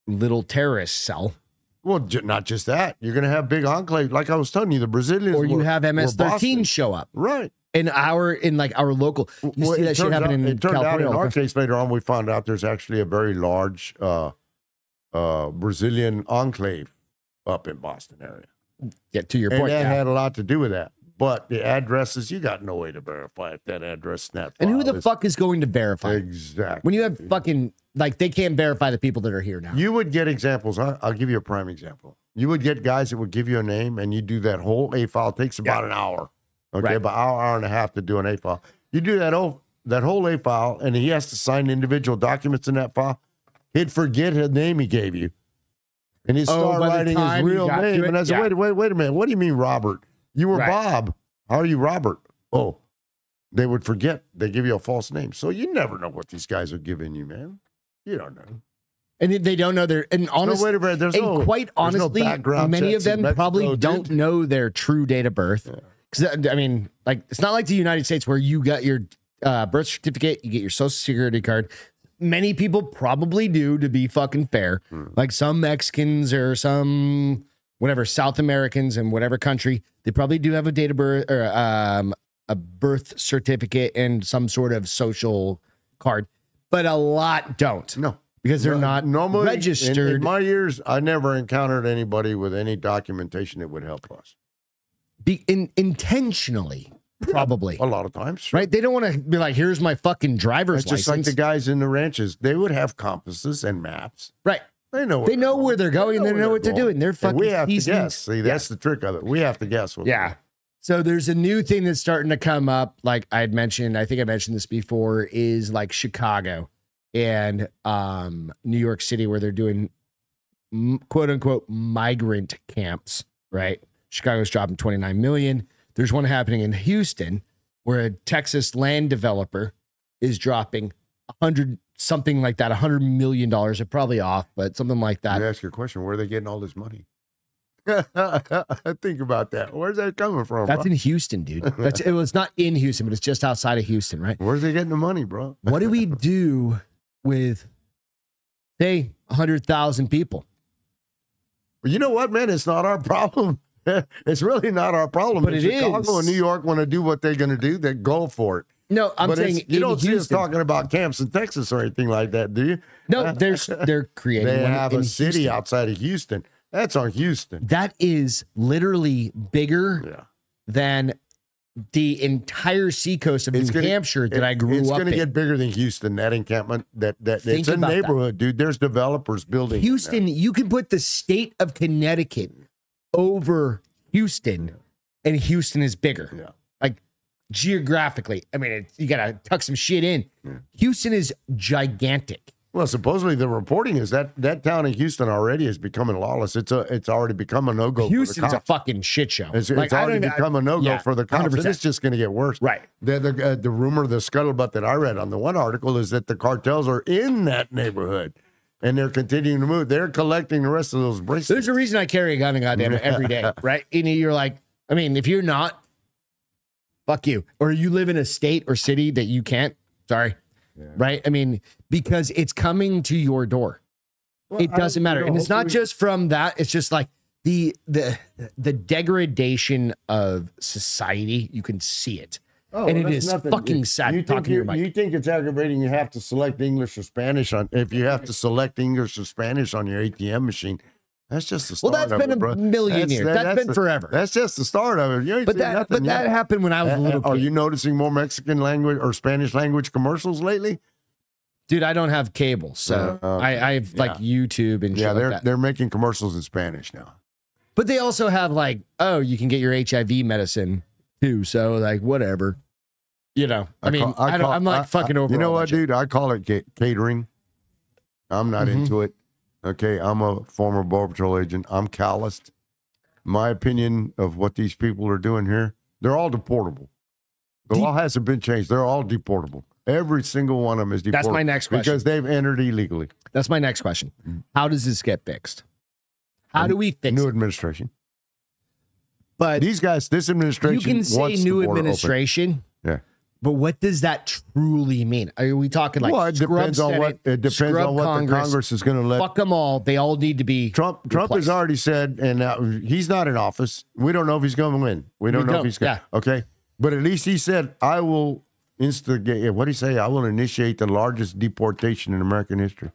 [SPEAKER 3] little terrorist cell,
[SPEAKER 4] Well, ju- not just that. You're going to have big enclave, like I was telling you, the Brazilians.
[SPEAKER 3] or you
[SPEAKER 4] were-
[SPEAKER 3] have
[SPEAKER 4] were
[SPEAKER 3] MS-13
[SPEAKER 4] Boston.
[SPEAKER 3] show up
[SPEAKER 4] right?
[SPEAKER 3] in our in like our local. You
[SPEAKER 4] Well,
[SPEAKER 3] see
[SPEAKER 4] it
[SPEAKER 3] that shit
[SPEAKER 4] turns out-
[SPEAKER 3] happen in
[SPEAKER 4] It turned
[SPEAKER 3] California.
[SPEAKER 4] out
[SPEAKER 3] all
[SPEAKER 4] in our
[SPEAKER 3] the time.
[SPEAKER 4] case later on, we found out there's actually a very large uh, uh, Brazilian enclave up in Boston area.
[SPEAKER 3] Yeah, to your
[SPEAKER 4] and
[SPEAKER 3] point.
[SPEAKER 4] that
[SPEAKER 3] yeah.
[SPEAKER 4] had a lot to do with that. But the addresses, you got no way to verify if that address and that.
[SPEAKER 3] And who
[SPEAKER 4] file
[SPEAKER 3] the
[SPEAKER 4] is-
[SPEAKER 3] fuck is going to verify
[SPEAKER 4] Exactly.
[SPEAKER 3] when you have fucking like they can't verify the people that are here now?
[SPEAKER 4] you would get examples. I- I'll give you a prime example. You would get guys that would give you a name, and you do that whole A file. It takes about an hour, okay,
[SPEAKER 3] Right.
[SPEAKER 4] about hour, hour and a half to do an A file. You do that whole that whole A file, and he has to sign individual documents in that file. He'd forget his name he gave you, and he'd
[SPEAKER 3] Oh,
[SPEAKER 4] start
[SPEAKER 3] by the
[SPEAKER 4] writing his
[SPEAKER 3] time he
[SPEAKER 4] real
[SPEAKER 3] got to
[SPEAKER 4] name.
[SPEAKER 3] it,
[SPEAKER 4] and I said,
[SPEAKER 3] yeah.
[SPEAKER 4] "Wait, wait, wait a minute. What do you mean, Robert? You were
[SPEAKER 3] Right.
[SPEAKER 4] Bob. How are you, Robert? Oh." They would forget. They give you a false name, so you never know what these guys are giving you, man. You don't know.
[SPEAKER 3] and they- they don't know their and
[SPEAKER 4] No,
[SPEAKER 3] honestly
[SPEAKER 4] wait a minute. There's
[SPEAKER 3] and
[SPEAKER 4] no,
[SPEAKER 3] quite
[SPEAKER 4] there's no
[SPEAKER 3] honestly
[SPEAKER 4] background
[SPEAKER 3] many of
[SPEAKER 4] checks in
[SPEAKER 3] them
[SPEAKER 4] Mexico,
[SPEAKER 3] probably
[SPEAKER 4] dude.
[SPEAKER 3] don't know their true date of birth because i mean like it's not like the united states where you got your uh, birth certificate you get your social security card many people probably do to be fucking fair
[SPEAKER 4] Hmm.
[SPEAKER 3] like some mexicans or some whatever south americans in whatever country they probably do have a date of birth or um, a birth certificate and some sort of social card but a lot don't
[SPEAKER 4] No,
[SPEAKER 3] because they're not
[SPEAKER 4] normally in- In,
[SPEAKER 3] registered.
[SPEAKER 4] my years, I never encountered anybody with any documentation that would help us.
[SPEAKER 3] be, in, intentionally, probably.
[SPEAKER 4] A lot of times, sure.
[SPEAKER 3] Right? They don't want to be like, here's my fucking driver's
[SPEAKER 4] It's just like
[SPEAKER 3] license.
[SPEAKER 4] the guys in the ranches. They would have compasses and maps.
[SPEAKER 3] right.
[SPEAKER 4] They know.
[SPEAKER 3] They know where they're going. They know,
[SPEAKER 4] where
[SPEAKER 3] what they're
[SPEAKER 4] going.
[SPEAKER 3] doing. They're
[SPEAKER 4] And
[SPEAKER 3] fucking.
[SPEAKER 4] we have to
[SPEAKER 3] peasants.
[SPEAKER 4] guess. See, that's the trick of it. We have to guess. What
[SPEAKER 3] Yeah. So there's a new thing that's starting to come up. Like I had mentioned, I think I mentioned this before, is like Chicago and um, New York City, where they're doing m- quote unquote migrant camps, right? Chicago's dropping 29 million. There's one happening in Houston where a Texas land developer is dropping 100 something like that, 100 million dollars. They're probably off, but something like that.
[SPEAKER 4] You ask your question. Where are they getting all this money? Think about that. Where's that coming from?
[SPEAKER 3] That's
[SPEAKER 4] bro?
[SPEAKER 3] in Houston, dude. That's it was not in Houston, but it's just outside of Houston, right?
[SPEAKER 4] Where's they getting the money, bro?
[SPEAKER 3] what do we do with say 100,000 people?
[SPEAKER 4] But you know what, man? It's not our problem. it's really not our problem.
[SPEAKER 3] But
[SPEAKER 4] if
[SPEAKER 3] it
[SPEAKER 4] Chicago
[SPEAKER 3] is.
[SPEAKER 4] and New York want to do what they're going to do, then go for it.
[SPEAKER 3] No, I'm
[SPEAKER 4] but it's-
[SPEAKER 3] saying
[SPEAKER 4] you
[SPEAKER 3] in
[SPEAKER 4] don't see us
[SPEAKER 3] Houston.
[SPEAKER 4] talking about camps in Texas or anything like that, do you?
[SPEAKER 3] No, there's they're creating
[SPEAKER 4] They
[SPEAKER 3] one
[SPEAKER 4] have a
[SPEAKER 3] in
[SPEAKER 4] city
[SPEAKER 3] Houston.
[SPEAKER 4] outside of Houston. That's on Houston.
[SPEAKER 3] That is literally bigger
[SPEAKER 4] Yeah,
[SPEAKER 3] than the entire seacoast of
[SPEAKER 4] It's
[SPEAKER 3] New
[SPEAKER 4] gonna-
[SPEAKER 3] Hampshire that
[SPEAKER 4] It-
[SPEAKER 3] I grew
[SPEAKER 4] it's
[SPEAKER 3] up
[SPEAKER 4] gonna
[SPEAKER 3] in.
[SPEAKER 4] get bigger than Houston. That encampment, that that
[SPEAKER 3] Think
[SPEAKER 4] it's a
[SPEAKER 3] about that.
[SPEAKER 4] neighborhood, dude. There's developers building. in there.
[SPEAKER 3] Houston, you can put the state of Connecticut over Houston, and Houston is bigger.
[SPEAKER 4] Yeah.
[SPEAKER 3] Like geographically, I mean, it, you gotta tuck some shit in. Houston is gigantic.
[SPEAKER 4] Well, supposedly the reporting is that that town in Houston already is becoming lawless. It's a it's already become a no go.
[SPEAKER 3] Houston's a fucking shit show.
[SPEAKER 4] It's,
[SPEAKER 3] Like,
[SPEAKER 4] it's
[SPEAKER 3] I
[SPEAKER 4] already
[SPEAKER 3] don't even-
[SPEAKER 4] become a no go
[SPEAKER 3] yeah,
[SPEAKER 4] for the cops, and
[SPEAKER 3] 100%.
[SPEAKER 4] it's just going to get worse.
[SPEAKER 3] Right.
[SPEAKER 4] The the, uh, the rumor, the scuttlebutt that I read on the one article is that the cartels are in that neighborhood, and they're continuing to move. They're collecting the rest of those bracelets.
[SPEAKER 3] There's a reason I carry a gun and goddamn it every day, right? And you're like, I mean, if you're not, fuck you. Or you live in a state or city that you can't, sorry. Right? I mean, because it's coming to your door. it doesn't matter. and it's not just from that, it's just like the the the degradation of society. You can see it. and it is fucking sad talking
[SPEAKER 4] think
[SPEAKER 3] to your
[SPEAKER 4] Oh, you-
[SPEAKER 3] mic.
[SPEAKER 4] You think it's aggravating? You have to select English or Spanish on if you have to select English or Spanish on your ATM machine. That's just the
[SPEAKER 3] Well,
[SPEAKER 4] start.
[SPEAKER 3] that's
[SPEAKER 4] of
[SPEAKER 3] been
[SPEAKER 4] it,
[SPEAKER 3] a
[SPEAKER 4] bro.
[SPEAKER 3] million
[SPEAKER 4] That's-
[SPEAKER 3] years.
[SPEAKER 4] that-
[SPEAKER 3] that's been
[SPEAKER 4] the-
[SPEAKER 3] forever.
[SPEAKER 4] That's just the start of it. You ain't
[SPEAKER 3] but
[SPEAKER 4] seen
[SPEAKER 3] that
[SPEAKER 4] nothing
[SPEAKER 3] but that
[SPEAKER 4] yet.
[SPEAKER 3] happened when I was a
[SPEAKER 4] Uh,
[SPEAKER 3] little
[SPEAKER 4] Are
[SPEAKER 3] kid.
[SPEAKER 4] you noticing more Mexican language or Spanish language commercials lately?
[SPEAKER 3] Dude, I don't have cable, so
[SPEAKER 4] Uh, okay.
[SPEAKER 3] I, I have like YouTube and
[SPEAKER 4] Yeah,
[SPEAKER 3] shit
[SPEAKER 4] they're
[SPEAKER 3] like that.
[SPEAKER 4] they're making commercials in Spanish now.
[SPEAKER 3] But they also have like, oh, you can get your HIV medicine too. So like, whatever. You know, I, mean,
[SPEAKER 4] call-
[SPEAKER 3] I don't,
[SPEAKER 4] call-
[SPEAKER 3] I'm like
[SPEAKER 4] I-
[SPEAKER 3] fucking
[SPEAKER 4] I-
[SPEAKER 3] over.
[SPEAKER 4] You know
[SPEAKER 3] all that
[SPEAKER 4] what,
[SPEAKER 3] shit. Mm-hmm.
[SPEAKER 4] dude? I call it ca- catering. I'm not into it. Okay, I'm a former Border Patrol agent. I'm calloused. My opinion of what these people are doing here, they're all deportable. The law hasn't been changed. They're all deportable. Every single one of them is deportable.
[SPEAKER 3] That's my next question.
[SPEAKER 4] Because they've entered illegally.
[SPEAKER 3] That's my next question. How does this get fixed? How do we fix
[SPEAKER 4] Mm-hmm. New
[SPEAKER 3] it?
[SPEAKER 4] administration.
[SPEAKER 3] But
[SPEAKER 4] These guys, this
[SPEAKER 3] you
[SPEAKER 4] administration.
[SPEAKER 3] can say
[SPEAKER 4] wants the
[SPEAKER 3] new
[SPEAKER 4] border open.
[SPEAKER 3] administration,
[SPEAKER 4] Yeah.
[SPEAKER 3] but what does that truly mean? Are we talking like
[SPEAKER 4] well, it
[SPEAKER 3] scrub
[SPEAKER 4] depends on what
[SPEAKER 3] Senate,
[SPEAKER 4] it depends
[SPEAKER 3] scrub
[SPEAKER 4] on what the
[SPEAKER 3] Congress?
[SPEAKER 4] Congress is going to let.
[SPEAKER 3] Fuck them all. They all need to be
[SPEAKER 4] Trump Trump
[SPEAKER 3] replaced.
[SPEAKER 4] has already said, and uh, he's not in office. We don't know if he's going to win. We don't
[SPEAKER 3] We
[SPEAKER 4] know
[SPEAKER 3] don't,
[SPEAKER 4] if he's going.
[SPEAKER 3] yeah.
[SPEAKER 4] to Okay, but at least he said, "I will instigate." What do you say? I will initiate the largest deportation in American history.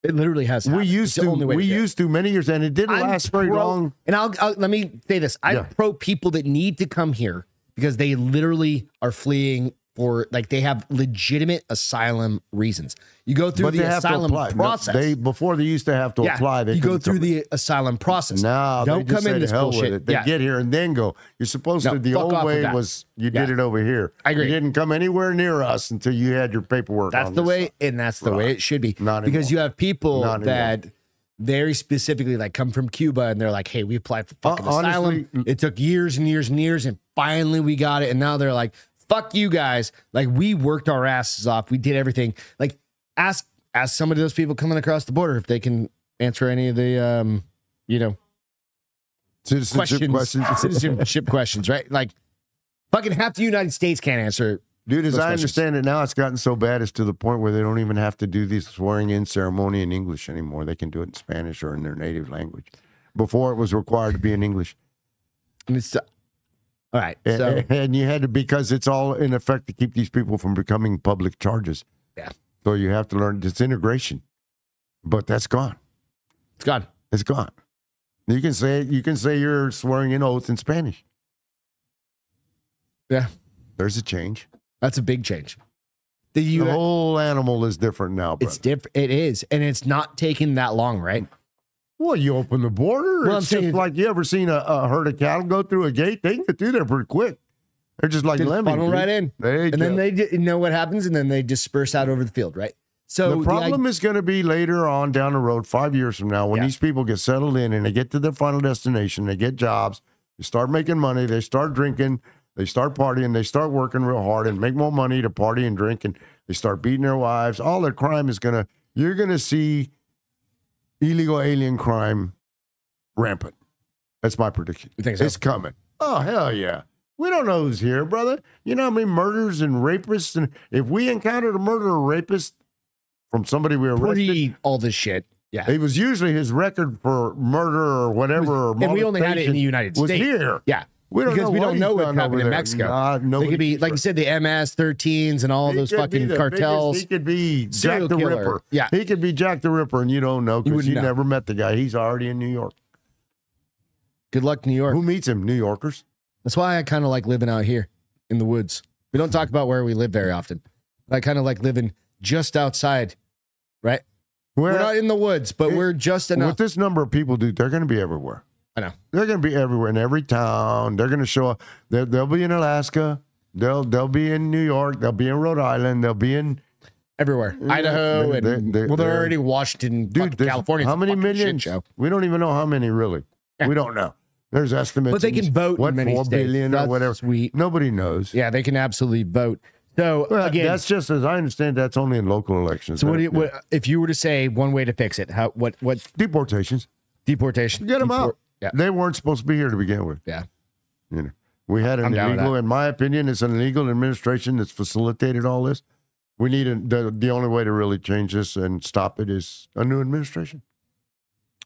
[SPEAKER 3] It literally has.
[SPEAKER 4] We
[SPEAKER 3] happened.
[SPEAKER 4] used
[SPEAKER 3] It's the
[SPEAKER 4] to.
[SPEAKER 3] only way
[SPEAKER 4] We
[SPEAKER 3] do it.
[SPEAKER 4] used to many years, and it didn't
[SPEAKER 3] I'm
[SPEAKER 4] last very
[SPEAKER 3] pro-
[SPEAKER 4] long.
[SPEAKER 3] And I'll, I'll- let me say this: I'm
[SPEAKER 4] Yeah.
[SPEAKER 3] pro people that need to come here because they literally are fleeing for like they have legitimate asylum reasons. You go through
[SPEAKER 4] But
[SPEAKER 3] the
[SPEAKER 4] they have to
[SPEAKER 3] asylum
[SPEAKER 4] apply. No,
[SPEAKER 3] process.
[SPEAKER 4] they before they used to have to
[SPEAKER 3] yeah,
[SPEAKER 4] apply. They
[SPEAKER 3] you go
[SPEAKER 4] couldn't
[SPEAKER 3] through
[SPEAKER 4] come-
[SPEAKER 3] the asylum process.
[SPEAKER 4] No,
[SPEAKER 3] don't
[SPEAKER 4] they just
[SPEAKER 3] come
[SPEAKER 4] say
[SPEAKER 3] in
[SPEAKER 4] to
[SPEAKER 3] this
[SPEAKER 4] hell with
[SPEAKER 3] bullshit.
[SPEAKER 4] it. They
[SPEAKER 3] yeah.
[SPEAKER 4] get here and then go. You're supposed
[SPEAKER 3] No,
[SPEAKER 4] to. The
[SPEAKER 3] fuck
[SPEAKER 4] old
[SPEAKER 3] off with
[SPEAKER 4] way
[SPEAKER 3] that.
[SPEAKER 4] was you
[SPEAKER 3] Yeah.
[SPEAKER 4] did it over here.
[SPEAKER 3] I agree.
[SPEAKER 4] You didn't come anywhere near us until you had your paperwork.
[SPEAKER 3] That's
[SPEAKER 4] on
[SPEAKER 3] the
[SPEAKER 4] this
[SPEAKER 3] way,
[SPEAKER 4] side.
[SPEAKER 3] and that's the way it should be.
[SPEAKER 4] Not
[SPEAKER 3] because
[SPEAKER 4] anymore.
[SPEAKER 3] you have people
[SPEAKER 4] Not
[SPEAKER 3] that very specifically like come from Cuba and they're like, "Hey, we applied for fucking
[SPEAKER 4] Hon-
[SPEAKER 3] asylum.
[SPEAKER 4] Uh, honestly- mm.
[SPEAKER 3] It took years and years and years, and finally we got it. And now they're like, "Fuck you guys! Like we worked our asses off. We did everything. Like ask ask some of those people coming across the border if they can answer any of the um, you know,
[SPEAKER 4] Citizenship
[SPEAKER 3] questions,
[SPEAKER 4] questions.
[SPEAKER 3] citizenship questions, right? Like fucking half the United States can't answer.
[SPEAKER 4] Dude, as
[SPEAKER 3] Those
[SPEAKER 4] I
[SPEAKER 3] questions.
[SPEAKER 4] understand it now, it's gotten so bad it's to the point where they don't even have to do the swearing in ceremony in English anymore. They can do it in Spanish or in their native language. Before it was required to be in English.
[SPEAKER 3] And it's all right.
[SPEAKER 4] A-
[SPEAKER 3] So
[SPEAKER 4] a- and you had to, because it's all in effect to keep these people from becoming public charges.
[SPEAKER 3] Yeah.
[SPEAKER 4] So you have to learn it's integration. but that's gone.
[SPEAKER 3] It's gone.
[SPEAKER 4] It's gone. You can say you can say you're swearing an oath in Spanish.
[SPEAKER 3] Yeah.
[SPEAKER 4] There's a change.
[SPEAKER 3] That's a big change. The
[SPEAKER 4] The
[SPEAKER 3] U-
[SPEAKER 4] whole animal is different now, brother.
[SPEAKER 3] it's different. It is, and it's not taking that long, right?
[SPEAKER 4] well, you open the border.
[SPEAKER 3] Well, I'm
[SPEAKER 4] it's
[SPEAKER 3] saying-
[SPEAKER 4] just like you ever seen a, a herd of cattle go through a gate? They can get through there pretty quick. They're just like
[SPEAKER 3] Just
[SPEAKER 4] lemmings.
[SPEAKER 3] funnel right
[SPEAKER 4] dude.
[SPEAKER 3] in,
[SPEAKER 4] They
[SPEAKER 3] and then they di- you know what happens, and then they disperse out over the field, right? So
[SPEAKER 4] the problem is going to be later on down the road, five years from now, when
[SPEAKER 3] Yeah.
[SPEAKER 4] these people get settled in and they get to their final destination, they get jobs, they start making money, they start drinking, they start partying, they start working real hard and make more money to party and drink, and they start beating their wives. All their crime is going to, you're going to see illegal alien crime rampant. That's my prediction.
[SPEAKER 3] You think so?
[SPEAKER 4] It's coming. Oh, hell yeah. We don't know who's here, brother. You know how many murders and rapists, and if we encountered a murderer or rapist from somebody we
[SPEAKER 3] the,
[SPEAKER 4] arrested,
[SPEAKER 3] pre all this shit, yeah,
[SPEAKER 4] it was usually his record for murder or whatever. or
[SPEAKER 3] and we only had it in the
[SPEAKER 4] molestation
[SPEAKER 3] United
[SPEAKER 4] was
[SPEAKER 3] States.
[SPEAKER 4] here.
[SPEAKER 3] Yeah,
[SPEAKER 4] We don't
[SPEAKER 3] Because
[SPEAKER 4] know
[SPEAKER 3] we don't
[SPEAKER 4] he's
[SPEAKER 3] know what
[SPEAKER 4] done
[SPEAKER 3] happened
[SPEAKER 4] over
[SPEAKER 3] in
[SPEAKER 4] there.
[SPEAKER 3] Mexico.
[SPEAKER 4] Nah,
[SPEAKER 3] they
[SPEAKER 4] nobody
[SPEAKER 3] could be
[SPEAKER 4] cares.
[SPEAKER 3] like you said, the MS-13s and all
[SPEAKER 4] He
[SPEAKER 3] those
[SPEAKER 4] could be
[SPEAKER 3] fucking
[SPEAKER 4] the biggest-
[SPEAKER 3] cartels.
[SPEAKER 4] he could be Jack
[SPEAKER 3] serial
[SPEAKER 4] the
[SPEAKER 3] killer.
[SPEAKER 4] Ripper.
[SPEAKER 3] Yeah.
[SPEAKER 4] he could be Jack the Ripper, and you don't know
[SPEAKER 3] You
[SPEAKER 4] because
[SPEAKER 3] wouldn't
[SPEAKER 4] you,
[SPEAKER 3] know.
[SPEAKER 4] never met the guy. He's already in New York.
[SPEAKER 3] Good luck, New York.
[SPEAKER 4] Who meets him? New Yorkers.
[SPEAKER 3] That's why I kind of like living out here in the woods. We don't talk about where we live very often. But I kind of like living just outside, right?
[SPEAKER 4] Well,
[SPEAKER 3] we're not in the woods, but
[SPEAKER 4] it-
[SPEAKER 3] we're just
[SPEAKER 4] With
[SPEAKER 3] enough.
[SPEAKER 4] this number of people, dude, they're going to be everywhere.
[SPEAKER 3] I know.
[SPEAKER 4] They're going to be everywhere in every town. They're going to show up. They'll, they'll be in Alaska. They'll they'll be in New York. They'll be in Rhode Island. They'll be in
[SPEAKER 3] Everywhere,
[SPEAKER 4] Yeah,
[SPEAKER 3] Idaho,
[SPEAKER 4] they-
[SPEAKER 3] and
[SPEAKER 4] they- they-
[SPEAKER 3] well, they're
[SPEAKER 4] they're-
[SPEAKER 3] already Washington,
[SPEAKER 4] dude.
[SPEAKER 3] dude,
[SPEAKER 4] there's-
[SPEAKER 3] California.
[SPEAKER 4] How many
[SPEAKER 3] million
[SPEAKER 4] millions?
[SPEAKER 3] Show.
[SPEAKER 4] We don't even know how many really. We don't know. There's estimates.
[SPEAKER 3] But they can
[SPEAKER 4] and
[SPEAKER 3] vote
[SPEAKER 4] What
[SPEAKER 3] in many
[SPEAKER 4] four
[SPEAKER 3] states.
[SPEAKER 4] billion
[SPEAKER 3] That's
[SPEAKER 4] or whatever?
[SPEAKER 3] Sweet,
[SPEAKER 4] Nobody knows.
[SPEAKER 3] yeah, they can absolutely vote. So
[SPEAKER 4] Well,
[SPEAKER 3] again,
[SPEAKER 4] that's just as I understand. That's only in local elections.
[SPEAKER 3] so what, do you, what? If you were to say one way to fix it, how? What? What?
[SPEAKER 4] Deportations.
[SPEAKER 3] Deportation.
[SPEAKER 4] Get them
[SPEAKER 3] Deport-
[SPEAKER 4] out.
[SPEAKER 3] Yeah,
[SPEAKER 4] They weren't supposed to be here to begin with.
[SPEAKER 3] yeah.
[SPEAKER 4] You know, we had an
[SPEAKER 3] I'm down with
[SPEAKER 4] illegal, in my opinion, it's an illegal administration that's facilitated all this. We need a, the the only way to really change this and stop it is a new administration.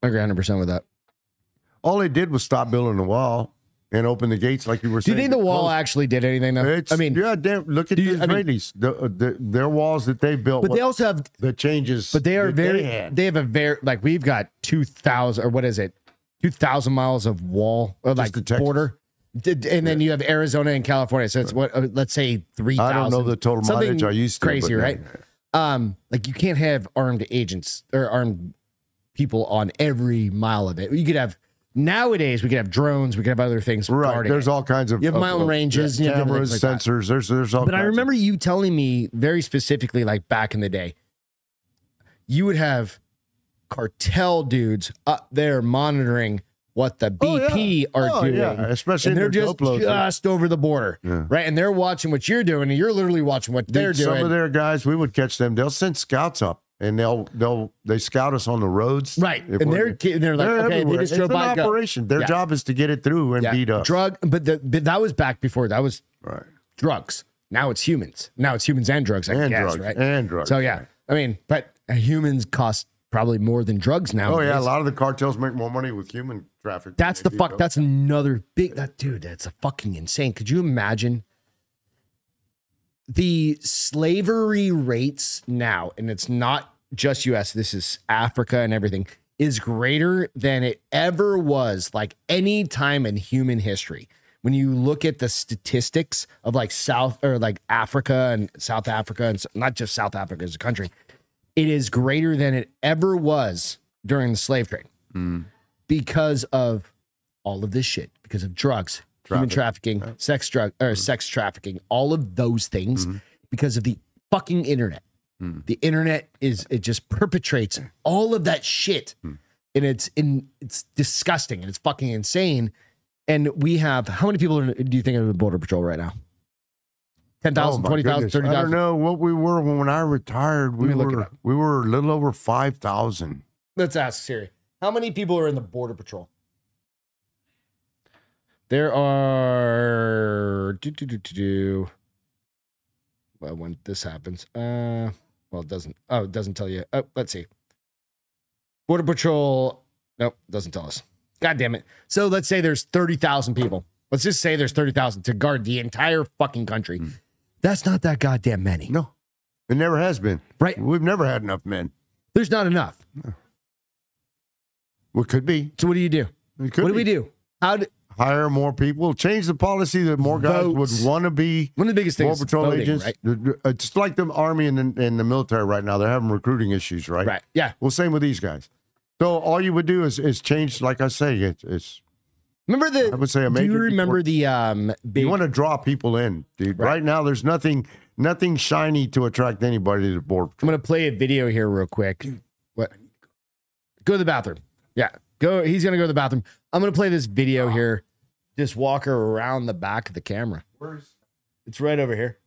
[SPEAKER 3] I agree 100 percent with that.
[SPEAKER 4] All they did was stop building the wall and open the gates, like you were
[SPEAKER 3] Do you
[SPEAKER 4] saying.
[SPEAKER 3] think the
[SPEAKER 4] to
[SPEAKER 3] wall
[SPEAKER 4] close.
[SPEAKER 3] actually did anything? Though?
[SPEAKER 4] It's,
[SPEAKER 3] I mean,
[SPEAKER 4] yeah, damn, look at
[SPEAKER 3] do
[SPEAKER 4] the
[SPEAKER 3] you- I mean-
[SPEAKER 4] Israelis. the, uh, the, their walls that they built,
[SPEAKER 3] but
[SPEAKER 4] what-
[SPEAKER 3] they also have
[SPEAKER 4] the changes.
[SPEAKER 3] But they are
[SPEAKER 4] that
[SPEAKER 3] very. They,
[SPEAKER 4] had.
[SPEAKER 3] have a very like we've got two thousand or what is it, two thousand miles of wall or like
[SPEAKER 4] to Texas.
[SPEAKER 3] border, Did- and then you have Arizona and California. So it's what uh, let's say three.
[SPEAKER 4] I don't know the total
[SPEAKER 3] something
[SPEAKER 4] mileage I used to.
[SPEAKER 3] crazy,
[SPEAKER 4] but
[SPEAKER 3] right? Um, like you can't have armed agents or armed people on every mile of it. You could have nowadays. We could have drones. We could have other things.
[SPEAKER 4] Right.
[SPEAKER 3] guarding
[SPEAKER 4] There's
[SPEAKER 3] it.
[SPEAKER 4] all kinds of
[SPEAKER 3] You have
[SPEAKER 4] of-
[SPEAKER 3] mountain
[SPEAKER 4] of-
[SPEAKER 3] ranges,
[SPEAKER 4] yeah,
[SPEAKER 3] you have different
[SPEAKER 4] cameras,
[SPEAKER 3] things like that.
[SPEAKER 4] sensors. There's there's all.
[SPEAKER 3] But I
[SPEAKER 4] kinds of-
[SPEAKER 3] remember you telling me very specifically, like back in the day, you would have cartel dudes up there monitoring what the
[SPEAKER 4] Oh, yeah.
[SPEAKER 3] BP are
[SPEAKER 4] Oh,
[SPEAKER 3] doing.
[SPEAKER 4] yeah, especially
[SPEAKER 3] And
[SPEAKER 4] in
[SPEAKER 3] they're
[SPEAKER 4] their
[SPEAKER 3] just, uh,
[SPEAKER 4] dope loads.
[SPEAKER 3] just over the border,
[SPEAKER 4] Yeah.
[SPEAKER 3] right? And they're watching what you're doing, and you're literally watching what they're
[SPEAKER 4] Dude, some
[SPEAKER 3] doing.
[SPEAKER 4] of their guys, we would catch them. They'll send scouts up, and they'll they'll they scout us on the roads.
[SPEAKER 3] right.
[SPEAKER 4] If
[SPEAKER 3] And
[SPEAKER 4] we're-
[SPEAKER 3] they're, ki- they're like,
[SPEAKER 4] They're
[SPEAKER 3] okay,
[SPEAKER 4] everywhere.
[SPEAKER 3] they just
[SPEAKER 4] it's
[SPEAKER 3] drove
[SPEAKER 4] an
[SPEAKER 3] by. Go.
[SPEAKER 4] operation. Their
[SPEAKER 3] Yeah.
[SPEAKER 4] job is to get it through and beat
[SPEAKER 3] Yeah.
[SPEAKER 4] us.
[SPEAKER 3] Drug, but, the, but that was back before. That was
[SPEAKER 4] right.
[SPEAKER 3] drugs. Now it's humans. Now it's humans and drugs, I
[SPEAKER 4] And
[SPEAKER 3] guess,
[SPEAKER 4] drugs.
[SPEAKER 3] right?
[SPEAKER 4] And drugs.
[SPEAKER 3] So yeah, I mean, but humans cost probably more than drugs now.
[SPEAKER 4] Oh yeah, a lot of the cartels make more money with human traffic. than
[SPEAKER 3] That's
[SPEAKER 4] they
[SPEAKER 3] the
[SPEAKER 4] do
[SPEAKER 3] fuck.
[SPEAKER 4] dope.
[SPEAKER 3] That's another big. That dude. That's a fucking insane. Could you imagine the slavery rates now? And it's not just U.S. This is Africa and everything is greater than it ever was. Like any time in human history. When you look at the statistics of like South or like Africa and South Africa, and s- not just South Africa as a country, it is greater than it ever was during the slave trade because of all of this shit, because of drugs, human trafficking, sex drug
[SPEAKER 4] Mm-hmm.
[SPEAKER 3] or sex trafficking, all of those things, because of the fucking internet.
[SPEAKER 4] Mm.
[SPEAKER 3] The internet is it just perpetrates all of that shit,
[SPEAKER 4] Mm.
[SPEAKER 3] and it's in it's disgusting and it's fucking insane. And we have how many people are, do you think are in the border patrol right now? 10,000,
[SPEAKER 4] my
[SPEAKER 3] 20,000,
[SPEAKER 4] goodness. I don't
[SPEAKER 3] 30,000.
[SPEAKER 4] know what we were when, when I retired. We
[SPEAKER 3] me look it
[SPEAKER 4] were
[SPEAKER 3] up.
[SPEAKER 4] we were a little over five thousand.
[SPEAKER 3] Let's ask Siri. How many people are in the border patrol? There are do do do do do. Well, when this happens, uh, well, it doesn't. Oh, it doesn't tell you. Oh, let's see. Border patrol. Nope, doesn't tell us. God damn it. So let's say there's thirty thousand people. Let's just say there's thirty thousand to guard the entire fucking country.
[SPEAKER 4] Hmm.
[SPEAKER 3] That's not that goddamn many,
[SPEAKER 4] No, it never has been.
[SPEAKER 3] right?
[SPEAKER 4] We've never had enough men.
[SPEAKER 3] There's not enough.
[SPEAKER 4] Well, could be.
[SPEAKER 3] So what do you do?
[SPEAKER 4] It could
[SPEAKER 3] what do we
[SPEAKER 4] be.
[SPEAKER 3] do? How? Do,
[SPEAKER 4] Hire more people. Change the policy that more guys
[SPEAKER 3] Votes.
[SPEAKER 4] would want to be
[SPEAKER 3] one of the biggest
[SPEAKER 4] Border
[SPEAKER 3] things. is
[SPEAKER 4] patrol
[SPEAKER 3] voting,
[SPEAKER 4] agents.
[SPEAKER 3] right?
[SPEAKER 4] It's like the army and the, and the military right now. They're having recruiting issues, right?
[SPEAKER 3] Right. Yeah.
[SPEAKER 4] Well, same with these guys. So all you would do is is change. Like I say, it's, it's
[SPEAKER 3] Remember
[SPEAKER 4] I
[SPEAKER 3] the?
[SPEAKER 4] would say a
[SPEAKER 3] Do
[SPEAKER 4] major.
[SPEAKER 3] you remember the um? Big,
[SPEAKER 4] You want to draw people in, dude.
[SPEAKER 3] Right.
[SPEAKER 4] Right. now, there's nothing nothing shiny to attract anybody to the border
[SPEAKER 3] I'm
[SPEAKER 4] patrol.
[SPEAKER 3] gonna play a video here real quick. What? Go to the bathroom. Yeah. Go. He's gonna go to the bathroom. I'm gonna play this video here. Just walk her around the back of the camera. It's right over here.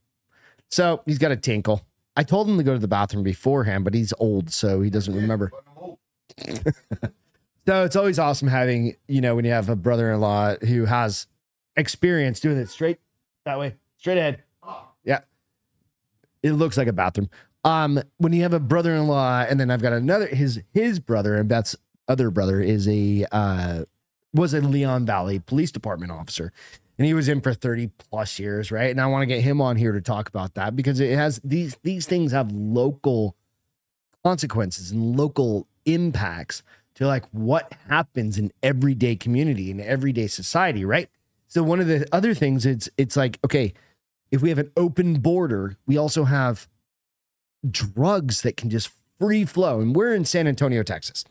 [SPEAKER 3] So he's got a tinkle. I told him to go to the bathroom beforehand, but he's old, so he doesn't remember. so it's always awesome having, you know, when you have a brother in law who has experience doing it straight that way, straight ahead. Yeah. It looks like a bathroom. Um, when you have a brother in law, and then I've got another his his brother and Beth's other brother is a uh was a Leon Valley Police Department officer and he was in for 30 plus years right and i want to get him on here to talk about that because it has these these things have local consequences and local impacts to like what happens in everyday community in everyday society right so one of the other things it's it's like okay if we have an open border we also have drugs that can just free flow and we're in san antonio texas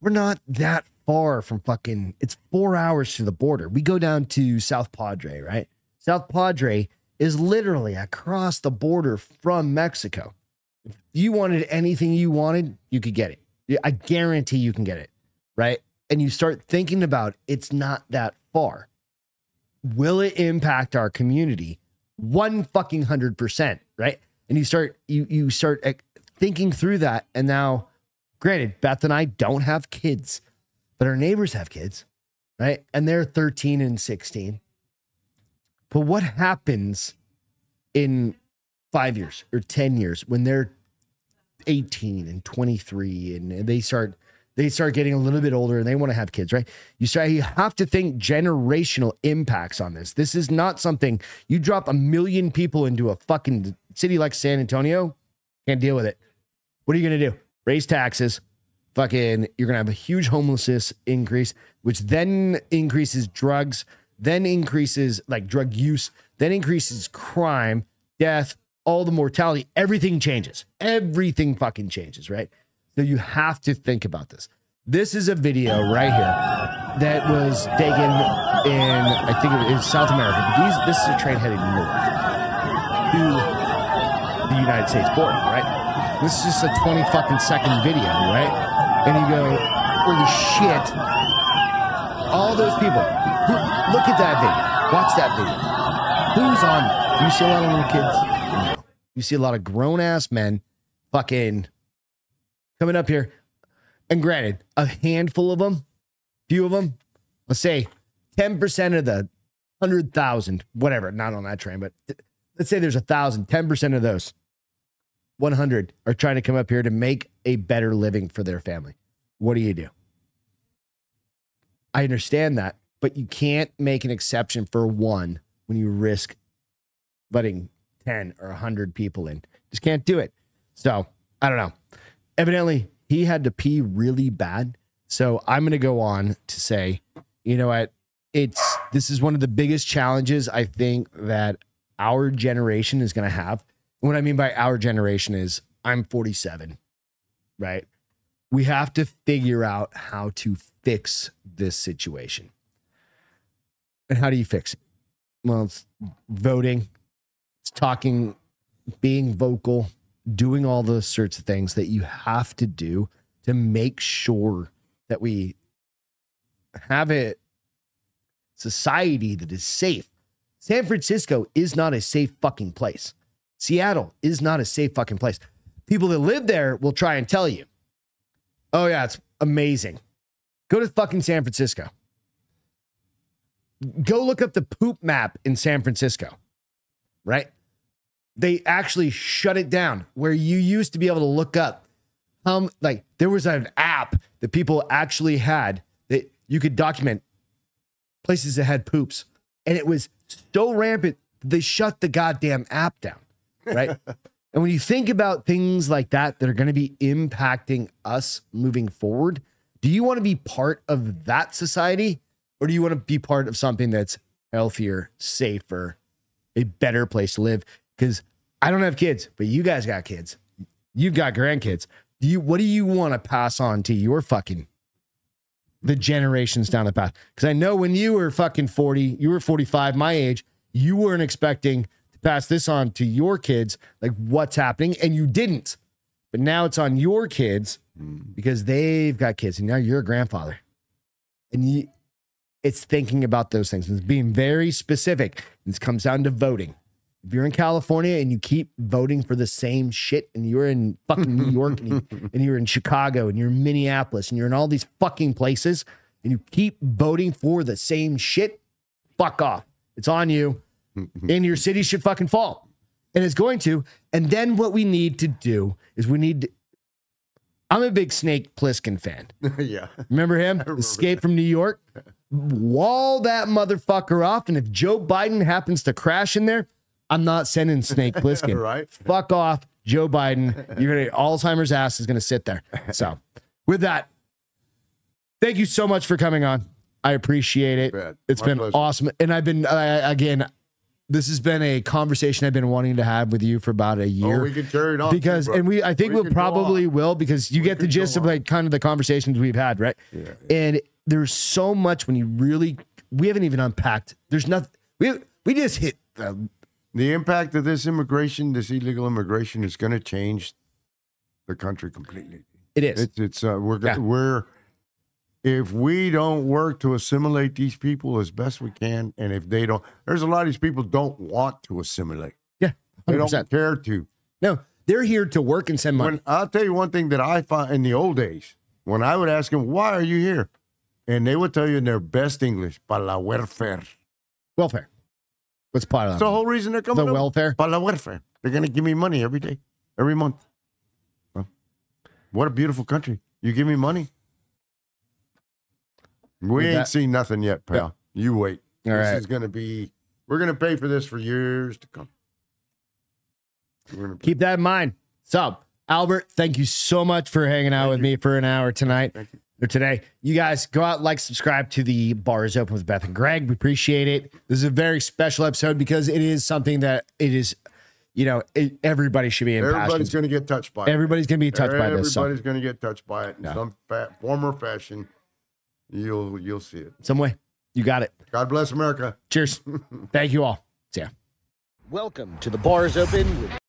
[SPEAKER 3] we're not that far from fucking it's four hours to the border we go down to south padre right south padre is literally across the border from mexico if you wanted anything you wanted you could get it Yeah, i guarantee you can get it right and you start thinking about it's not that far will it impact our community one fucking hundred percent right and you start you you start eh, thinking through that and now granted, Beth and I don't have kids, but our neighbors have kids, right? And they're 13 and 16. But what happens in five years or 10 years when they're 18 and 23 and they start they start getting a little bit older and they want to have kids, right? You start you have to think generational impacts on this. This is not something you drop a million people into a fucking city like San Antonio, can't deal with it what are you going to do? Raise taxes. Fucking, you're going to have a huge homelessness increase, which then increases drugs, then increases like drug use, then increases crime, death, all the mortality. Everything changes. Everything fucking changes, right? So you have to think about this. This is a video right here that was taken in, I think it is South America. But these, this is a train heading north to the United States border, right? This is just a 20 fucking second video, right? And you go, holy shit. All those people. Who, look at that video. Watch that video. Who's on it? Do you see a lot of little kids? No. You see a lot of grown ass men fucking coming up here. And granted, a handful of them, few of them, let's say 10% of the 100,000, whatever, not on that train, but let's say there's a thousand, 10% of those 100 are trying to come up here to make a better living for their family. What do you do? I understand that, but you can't make an exception for one when you risk letting 10 or 100 people in. Just can't do it. So I don't know. Evidently, he had to pee really bad. So I'm going to go on to say, you know what? It's this is one of the biggest challenges I think that our generation is going to have. What I mean by our generation is I'm 47, right? We have to figure out how to fix this situation. And how do you fix it? Well, it's voting, it's talking, being vocal, doing all those sorts of things that you have to do to make sure that we have a society that is safe. San Francisco is not a safe fucking place. Seattle is not a safe fucking place. People that live there will try and tell you, oh, yeah, it's amazing. Go to fucking San Francisco. Go look up the poop map in San Francisco, right? They actually shut it down where you used to be able to look up um, like there was an app that people actually had that you could document places that had poops. And it was so rampant, they shut the goddamn app down. Right. And when you think about things like that that are going to be impacting us moving forward, do you want to be part of that society or do you want to be part of something that's healthier, safer, a better place to live? Because I don't have kids, but you guys got kids. You've got grandkids. Do you what do you want to pass on to your fucking the generations down the path? Because I know when you were fucking 40, you were 45, my age, you weren't expecting to pass this on to your kids, like what's happening, and you didn't. But now it's on your kids because they've got kids, and now you're a grandfather. And you, it's thinking about those things. It's being very specific. This comes down to voting. If you're in California and you keep voting for the same shit, and you're in fucking New York, and, you, and you're in Chicago, and you're in Minneapolis, and you're in all these fucking places, and you keep voting for the same shit, fuck off. It's on you, and your city should fucking fall, and it's going to. And then what we need to do is we need. to- I'm a big Snake Plissken fan.
[SPEAKER 4] yeah.
[SPEAKER 3] Remember him? Escape from New York. Wall that motherfucker off. And if Joe Biden happens to crash in there, I'm not sending Snake Plissken.
[SPEAKER 4] Right.
[SPEAKER 3] Fuck off, Joe Biden. You're gonna Alzheimer's ass is gonna sit there. So, with that, thank you so much for coming on. I appreciate it.
[SPEAKER 4] Bet.
[SPEAKER 3] It's
[SPEAKER 4] My
[SPEAKER 3] been
[SPEAKER 4] pleasure.
[SPEAKER 3] awesome, and I've been uh, again. This has been a conversation I've been wanting to have with you for about a year
[SPEAKER 4] Oh, we could carry it on. too,
[SPEAKER 3] because
[SPEAKER 4] bro.
[SPEAKER 3] and we I think we
[SPEAKER 4] We
[SPEAKER 3] will
[SPEAKER 4] could go on.
[SPEAKER 3] probably will because you get the
[SPEAKER 4] could go
[SPEAKER 3] gist of
[SPEAKER 4] on.
[SPEAKER 3] like kind of the conversations we've had, right?
[SPEAKER 4] Yeah.
[SPEAKER 3] And there's so much when you really we haven't even unpacked. There's nothing we we just hit the
[SPEAKER 4] the impact of this immigration, this illegal immigration, is going to change the country completely.
[SPEAKER 3] it is.
[SPEAKER 4] It's it's uh, we're gonna
[SPEAKER 3] Yeah.
[SPEAKER 4] we're if we don't work to assimilate these people as best we can, and if they don't, there's a lot of these people don't want to assimilate.
[SPEAKER 3] yeah.
[SPEAKER 4] They do
[SPEAKER 3] 100%.
[SPEAKER 4] not care to.
[SPEAKER 3] No, they're here to work and send money.
[SPEAKER 4] When I'll tell you one thing that I find in the old days, when I would ask them, "Why are you here?" and they would tell you in their best English, "Para la welfare."
[SPEAKER 3] welfare. What's part of
[SPEAKER 4] That's the
[SPEAKER 3] that?
[SPEAKER 4] whole reason they're
[SPEAKER 3] Um, The
[SPEAKER 4] coming. over.
[SPEAKER 3] welfare.
[SPEAKER 4] Para la welfare. They're going to give me money every day, every month. Well, what a beautiful country. You give me money. We
[SPEAKER 3] With
[SPEAKER 4] ain't
[SPEAKER 3] that-
[SPEAKER 4] seen nothing yet, pal. You wait.
[SPEAKER 3] All
[SPEAKER 4] this
[SPEAKER 3] right.
[SPEAKER 4] is going to be, we're going to pay for this for years to come. We're gonna pay.
[SPEAKER 3] Keep that in mind. So, Albert, thank you so much for hanging out with me for an hour tonight or today. You guys go out, like, subscribe to the Bar is Open with Beth and Greg. We appreciate it. This is a very special episode because it is something that it is, you know, it, everybody should be
[SPEAKER 4] Everybody's
[SPEAKER 3] impassioned.
[SPEAKER 4] going to get touched by it.
[SPEAKER 3] Everybody's going to be touched by this. So,
[SPEAKER 4] Everybody's going to get touched by it in some fa- form or fashion. You'll you'll see it.
[SPEAKER 3] some way, you got it.
[SPEAKER 4] God bless America.
[SPEAKER 3] Cheers. thank you all. See ya.
[SPEAKER 2] Welcome to the Bars Open with